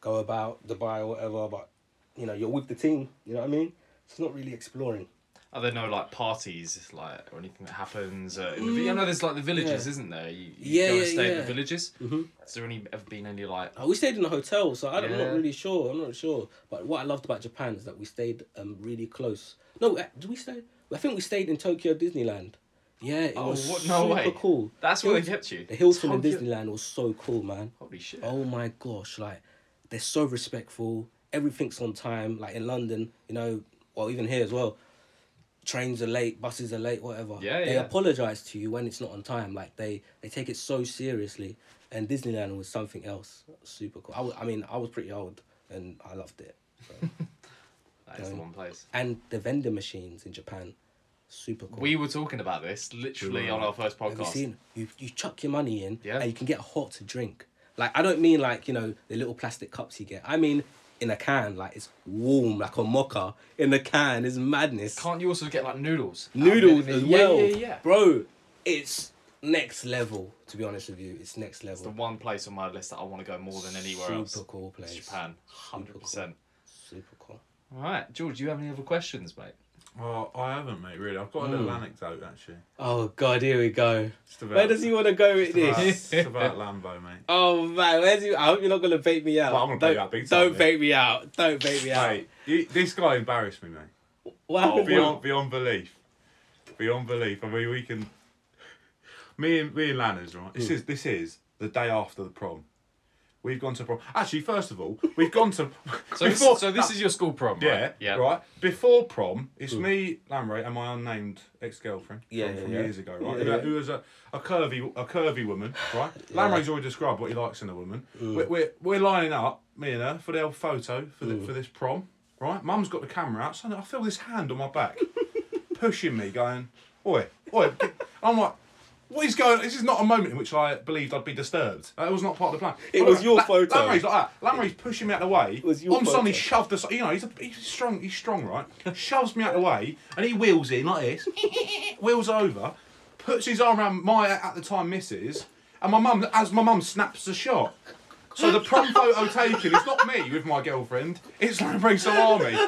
Speaker 1: go about Dubai or whatever, but you know you're with the team. You know what I mean. It's not really exploring.
Speaker 3: Are there no like parties, like or anything that happens? Uh, in the vi- you know, there's like the villages,
Speaker 1: Mm. Yeah.
Speaker 3: isn't there? You, you
Speaker 1: Yeah,
Speaker 3: go and
Speaker 1: yeah,
Speaker 3: stay at
Speaker 1: yeah.
Speaker 3: the villages. Mm-hmm. Has there any ever been any like?
Speaker 1: Uh, We stayed in a hotel, so I don't- I'm
Speaker 3: Yeah.
Speaker 1: not really sure. I'm not sure. But what I loved about Japan is that we stayed um really close. No, uh, did we stay? I think we stayed in Tokyo Disneyland. Yeah, it
Speaker 3: Oh,
Speaker 1: was
Speaker 3: what?
Speaker 1: super
Speaker 3: No way.
Speaker 1: cool.
Speaker 3: That's
Speaker 1: It
Speaker 3: where they
Speaker 1: was-
Speaker 3: kept you.
Speaker 1: The Hilton in
Speaker 3: Tokyo-
Speaker 1: Disneyland was so cool, man.
Speaker 3: Holy shit.
Speaker 1: Oh my gosh, like they're so respectful. Everything's on time. Like in London, you know, well even here as well. Trains are late, buses are late, whatever.
Speaker 3: Yeah,
Speaker 1: they
Speaker 3: yeah.
Speaker 1: apologize to you when it's not on time. Like they they take it so seriously. And Disneyland was something else. Super cool. I, was, I mean, I was pretty old and I loved it.
Speaker 3: That is the
Speaker 1: Going.
Speaker 3: one place.
Speaker 1: And the vending machines in Japan, super cool.
Speaker 3: We were talking about this literally on our first
Speaker 1: Have you
Speaker 3: podcast.
Speaker 1: seen? You, you chuck your money in
Speaker 3: Yeah.
Speaker 1: and you can get a hot to drink. Like, I don't mean like, you know, the little plastic cups you get. I mean in a can, like it's warm, like a mocha in a can. It's madness.
Speaker 3: Can't you also get like noodles?
Speaker 1: Noodles
Speaker 3: Yeah,
Speaker 1: as well.
Speaker 3: Yeah, yeah, yeah.
Speaker 1: Bro, it's next level, to be honest with you. It's next level.
Speaker 3: The one place on my list that I want to go more than anywhere
Speaker 1: super
Speaker 3: else.
Speaker 1: cool place.
Speaker 3: is Japan.
Speaker 1: Super cool.
Speaker 3: 100%.
Speaker 1: Super cool.
Speaker 3: All right, George, do you have any other questions, mate?
Speaker 2: Oh, I haven't, mate. Really, I've got a
Speaker 3: Mm.
Speaker 2: little anecdote actually.
Speaker 1: Oh god, here we go.
Speaker 2: Just about,
Speaker 1: Where does he want to go with
Speaker 2: just about,
Speaker 1: this?
Speaker 2: just about Lambo, mate.
Speaker 1: [laughs] Oh man, where's he? I hope you're not gonna bait me out.
Speaker 2: Well, I'm gonna bait
Speaker 1: don't,
Speaker 2: you out big time,
Speaker 1: Don't
Speaker 2: mate.
Speaker 1: bait me out. Don't bait me out.
Speaker 2: Mate, you, this guy embarrassed me, mate.
Speaker 1: Oh, What happened?
Speaker 2: beyond beyond belief, beyond belief. I mean, we can. Me and me and Lanners, right?
Speaker 1: Hmm.
Speaker 2: This is this is the day after the prom. We've gone to prom. Actually, first of all, we've gone to.
Speaker 3: [laughs] So, this, so this is your school prom, right?
Speaker 2: Yeah,
Speaker 3: Yeah.
Speaker 2: Right before prom, it's me, Lamray, and my unnamed ex-girlfriend
Speaker 1: Yeah,
Speaker 2: from,
Speaker 1: yeah,
Speaker 2: from
Speaker 1: yeah.
Speaker 2: years ago, right?
Speaker 1: Yeah,
Speaker 2: who,
Speaker 1: yeah.
Speaker 2: who was a, a curvy a curvy woman, right? Lamray's already described what he likes in a woman. We're, we're we're lining up, me and her, for the old photo for the, for this prom, right? Mum's got the camera out, so I feel this hand on
Speaker 1: [laughs]
Speaker 2: my back, pushing me, going, "Oi, oi!" I'm like. What is going? This is not a moment in which I believed I'd be disturbed. That was not part of the plan.
Speaker 1: It was your photo.
Speaker 2: Lamray's like that. Lamray's pushing me out of the way.
Speaker 1: was your
Speaker 2: I'm suddenly
Speaker 1: photo.
Speaker 2: shoved aside. You know, he's, a, he's strong. He's strong, right? Shoves me out of the way, and he wheels in like this. [laughs] wheels over, puts his arm around my at the time missus, and my mum as my mum snaps the shot. So the prom photo taken is not me with my girlfriend. It's Lambrey Salami.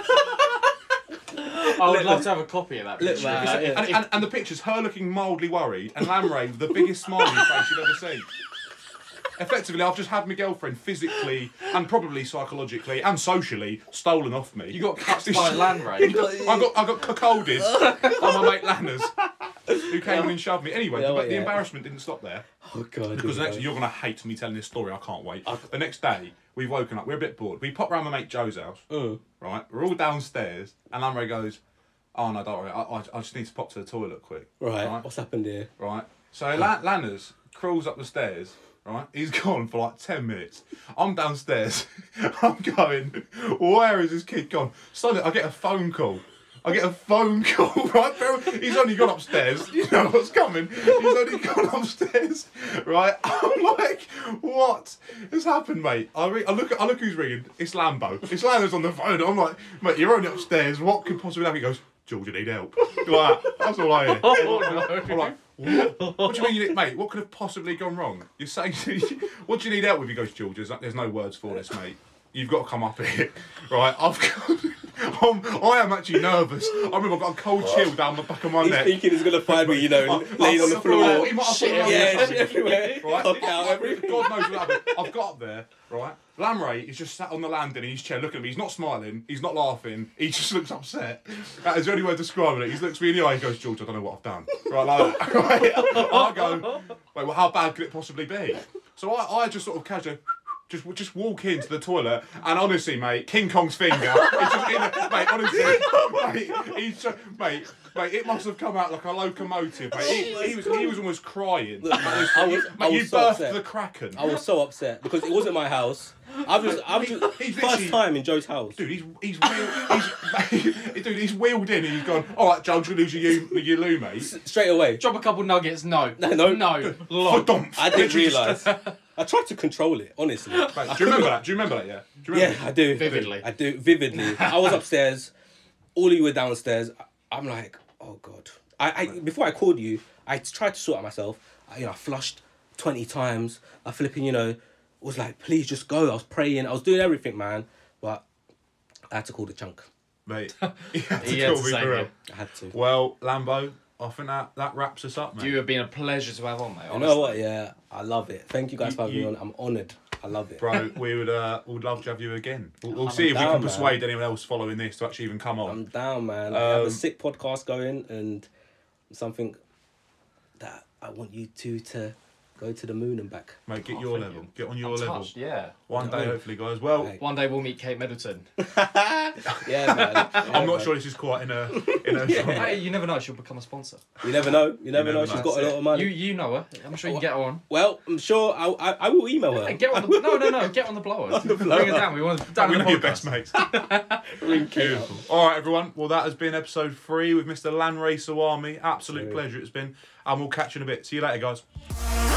Speaker 3: I would love to have a copy of that. picture.
Speaker 1: man,
Speaker 3: If-
Speaker 1: yeah.
Speaker 2: And, and, and the picture's her looking mildly worried and Lamray with the biggest smiling face you've ever seen. Effectively, I've just had my girlfriend physically and probably psychologically and socially stolen off me.
Speaker 3: You got cut
Speaker 2: [laughs]
Speaker 3: by a land raid.
Speaker 2: I got I got cuckolded by my mate Lanners, who came in and shoved me. Anyway,
Speaker 1: Yeah,
Speaker 2: the,
Speaker 1: well,
Speaker 2: the
Speaker 1: yeah.
Speaker 2: embarrassment didn't stop there
Speaker 1: Oh god. here
Speaker 2: because the
Speaker 1: we
Speaker 2: next,
Speaker 1: go.
Speaker 2: you're gonna hate me telling this story. I can't wait. The next day, we've woken up. We're a bit bored. We pop round my mate Joe's house.
Speaker 1: Oh,
Speaker 2: Right, we're all downstairs, and Lamre goes, "Oh no, don't worry. I, I, I just need to pop to the toilet quick."
Speaker 1: Right, what's happened here?
Speaker 2: right? So La- Lanners crawls up the stairs, right? He's [laughs] gone for like 10 minutes. I'm downstairs. [laughs] I'm going, where is this kid gone? Suddenly, I get a phone call. I get a phone [laughs] call, right? Bear- He's only gone upstairs. You know what's coming. He's only [laughs] gone upstairs, right? [laughs] I'm like, what has happened, mate? I, re- I look, I look who's ringing. It's Lambo. It's Lambos on the phone. I'm like, mate, you're only upstairs. What could possibly happen? He goes, George, you need help. [laughs] Like, that. that's all I hear.
Speaker 3: Oh,
Speaker 1: [laughs]
Speaker 2: I'm like, what? what do you mean, you need, mate? What could have possibly gone wrong? You're saying, [laughs] what do you need help with? He goes, George, there's, there's no words for this, mate. You've got to come up here, [laughs] right? I've got, [laughs] I'm, I am actually nervous. I remember I've got a cold chill down the back of my
Speaker 1: He's
Speaker 2: neck.
Speaker 1: thinking he's gonna find me, you
Speaker 2: [laughs]
Speaker 1: know,
Speaker 2: Oh,
Speaker 1: laying
Speaker 2: oh,
Speaker 1: on the
Speaker 2: oh,
Speaker 1: floor.
Speaker 2: he might have
Speaker 1: Shit,
Speaker 2: fallen over
Speaker 1: yeah,
Speaker 2: or something.
Speaker 1: everywhere.
Speaker 2: [laughs] Right?
Speaker 1: Cock out, everything.
Speaker 2: God knows what happened. I've got up there, right? Lamray is just sat on the landing in his chair looking at me. He's not smiling, he's not laughing, he just looks upset. That is the only way of describing it. He looks me in the eye and goes, George, I don't know what I've done. Right, like that. [laughs] Right? I go, wait, well, how bad could it possibly be? So I, I just sort of casually. Just, just walk into the toilet and honestly, mate, King Kong's finger. It's just in the, mate, honestly, mate, he's just, mate, mate, it must have come out like a locomotive. Mate. He, he was, he was almost crying.
Speaker 1: Look, man, I was, I
Speaker 2: Mate, you
Speaker 1: was so
Speaker 2: birthed
Speaker 1: upset.
Speaker 2: the Kraken.
Speaker 1: I was so upset because it wasn't my house. I've just, I've
Speaker 2: he-
Speaker 1: just
Speaker 2: [laughs] he's
Speaker 1: first
Speaker 2: literally-
Speaker 1: time in Joe's house.
Speaker 2: Dude, he's he's, wheel, he's [laughs] dude, he's wheeled in and he's gone. All right, Joe, I'm gonna lose your you, your loo, mate.
Speaker 1: [laughs] Straight away,
Speaker 3: Drop a couple nuggets. No. No.
Speaker 1: no.
Speaker 3: No.
Speaker 2: For
Speaker 3: Lord.
Speaker 2: Oh, dump.
Speaker 1: I didn't
Speaker 2: Literally just-
Speaker 1: realise.
Speaker 2: [laughs]
Speaker 1: I tried to control it, honestly.
Speaker 2: Mate, do you remember that? Do you remember that? Yeah. Do you
Speaker 1: Yeah,
Speaker 2: remember?
Speaker 1: I do.
Speaker 3: Vividly.
Speaker 1: I do vividly. I was upstairs. All of you were downstairs. I- I'm like, oh god. I, I before I called you, I tried to sort out myself. I, you know, I flushed twenty times. I flipping, you know, was like, please just go. I was praying. I was doing everything, man. But I had to call the chunk.
Speaker 2: Mate, he had to
Speaker 3: He had
Speaker 2: kill
Speaker 3: to
Speaker 2: me
Speaker 3: save
Speaker 2: for
Speaker 3: you.
Speaker 2: real.
Speaker 1: I had to.
Speaker 2: Well, Lambo, I think that, that wraps us up, mate.
Speaker 3: You have been a pleasure to have on, mate.
Speaker 1: You
Speaker 3: Honestly.
Speaker 1: know what? Yeah, I love it. Thank you guys for having
Speaker 2: you-
Speaker 1: me on. I'm honoured. I love it.
Speaker 2: Bro, we would uh, would love to have you again. We'll, we'll see if we
Speaker 1: down, man.
Speaker 2: can persuade anyone else following this to actually even come on.
Speaker 1: I'm down, man. I have
Speaker 2: Um,
Speaker 1: a sick podcast going and something that I want you two to Go to the moon and back.
Speaker 2: Mate, get
Speaker 3: Oh,
Speaker 2: your
Speaker 3: thank
Speaker 2: level.
Speaker 3: you.
Speaker 2: Get on your
Speaker 3: I'm
Speaker 2: level.
Speaker 3: touched, yeah.
Speaker 2: One
Speaker 1: No.
Speaker 2: day, hopefully, guys. Well,
Speaker 1: Hey.
Speaker 3: One day we'll meet
Speaker 2: [laughs]
Speaker 3: Kate Middleton.
Speaker 1: Yeah, man.
Speaker 2: I'm not sure this is quite in a in a.
Speaker 3: hey, you never know. She'll become a sponsor.
Speaker 1: You never know. You never
Speaker 2: never
Speaker 1: know.
Speaker 2: know.
Speaker 1: She's got a lot of money.
Speaker 3: You you know her. I'm sure you can get her on.
Speaker 1: Well, I'm sure I, I, I will email her.
Speaker 3: Hey, get
Speaker 2: [laughs]
Speaker 3: on the, no, no, no. Get on the blower. Bring her down. We want her down
Speaker 2: We're
Speaker 3: in the
Speaker 2: gonna be your
Speaker 3: podcast.
Speaker 2: best mates.
Speaker 1: Ring
Speaker 2: Beautiful. All right, everyone. Well, that has been episode three with Mr. Lanray Sawami. Absolute pleasure it's been, and we'll catch you in a bit. See you later, guys.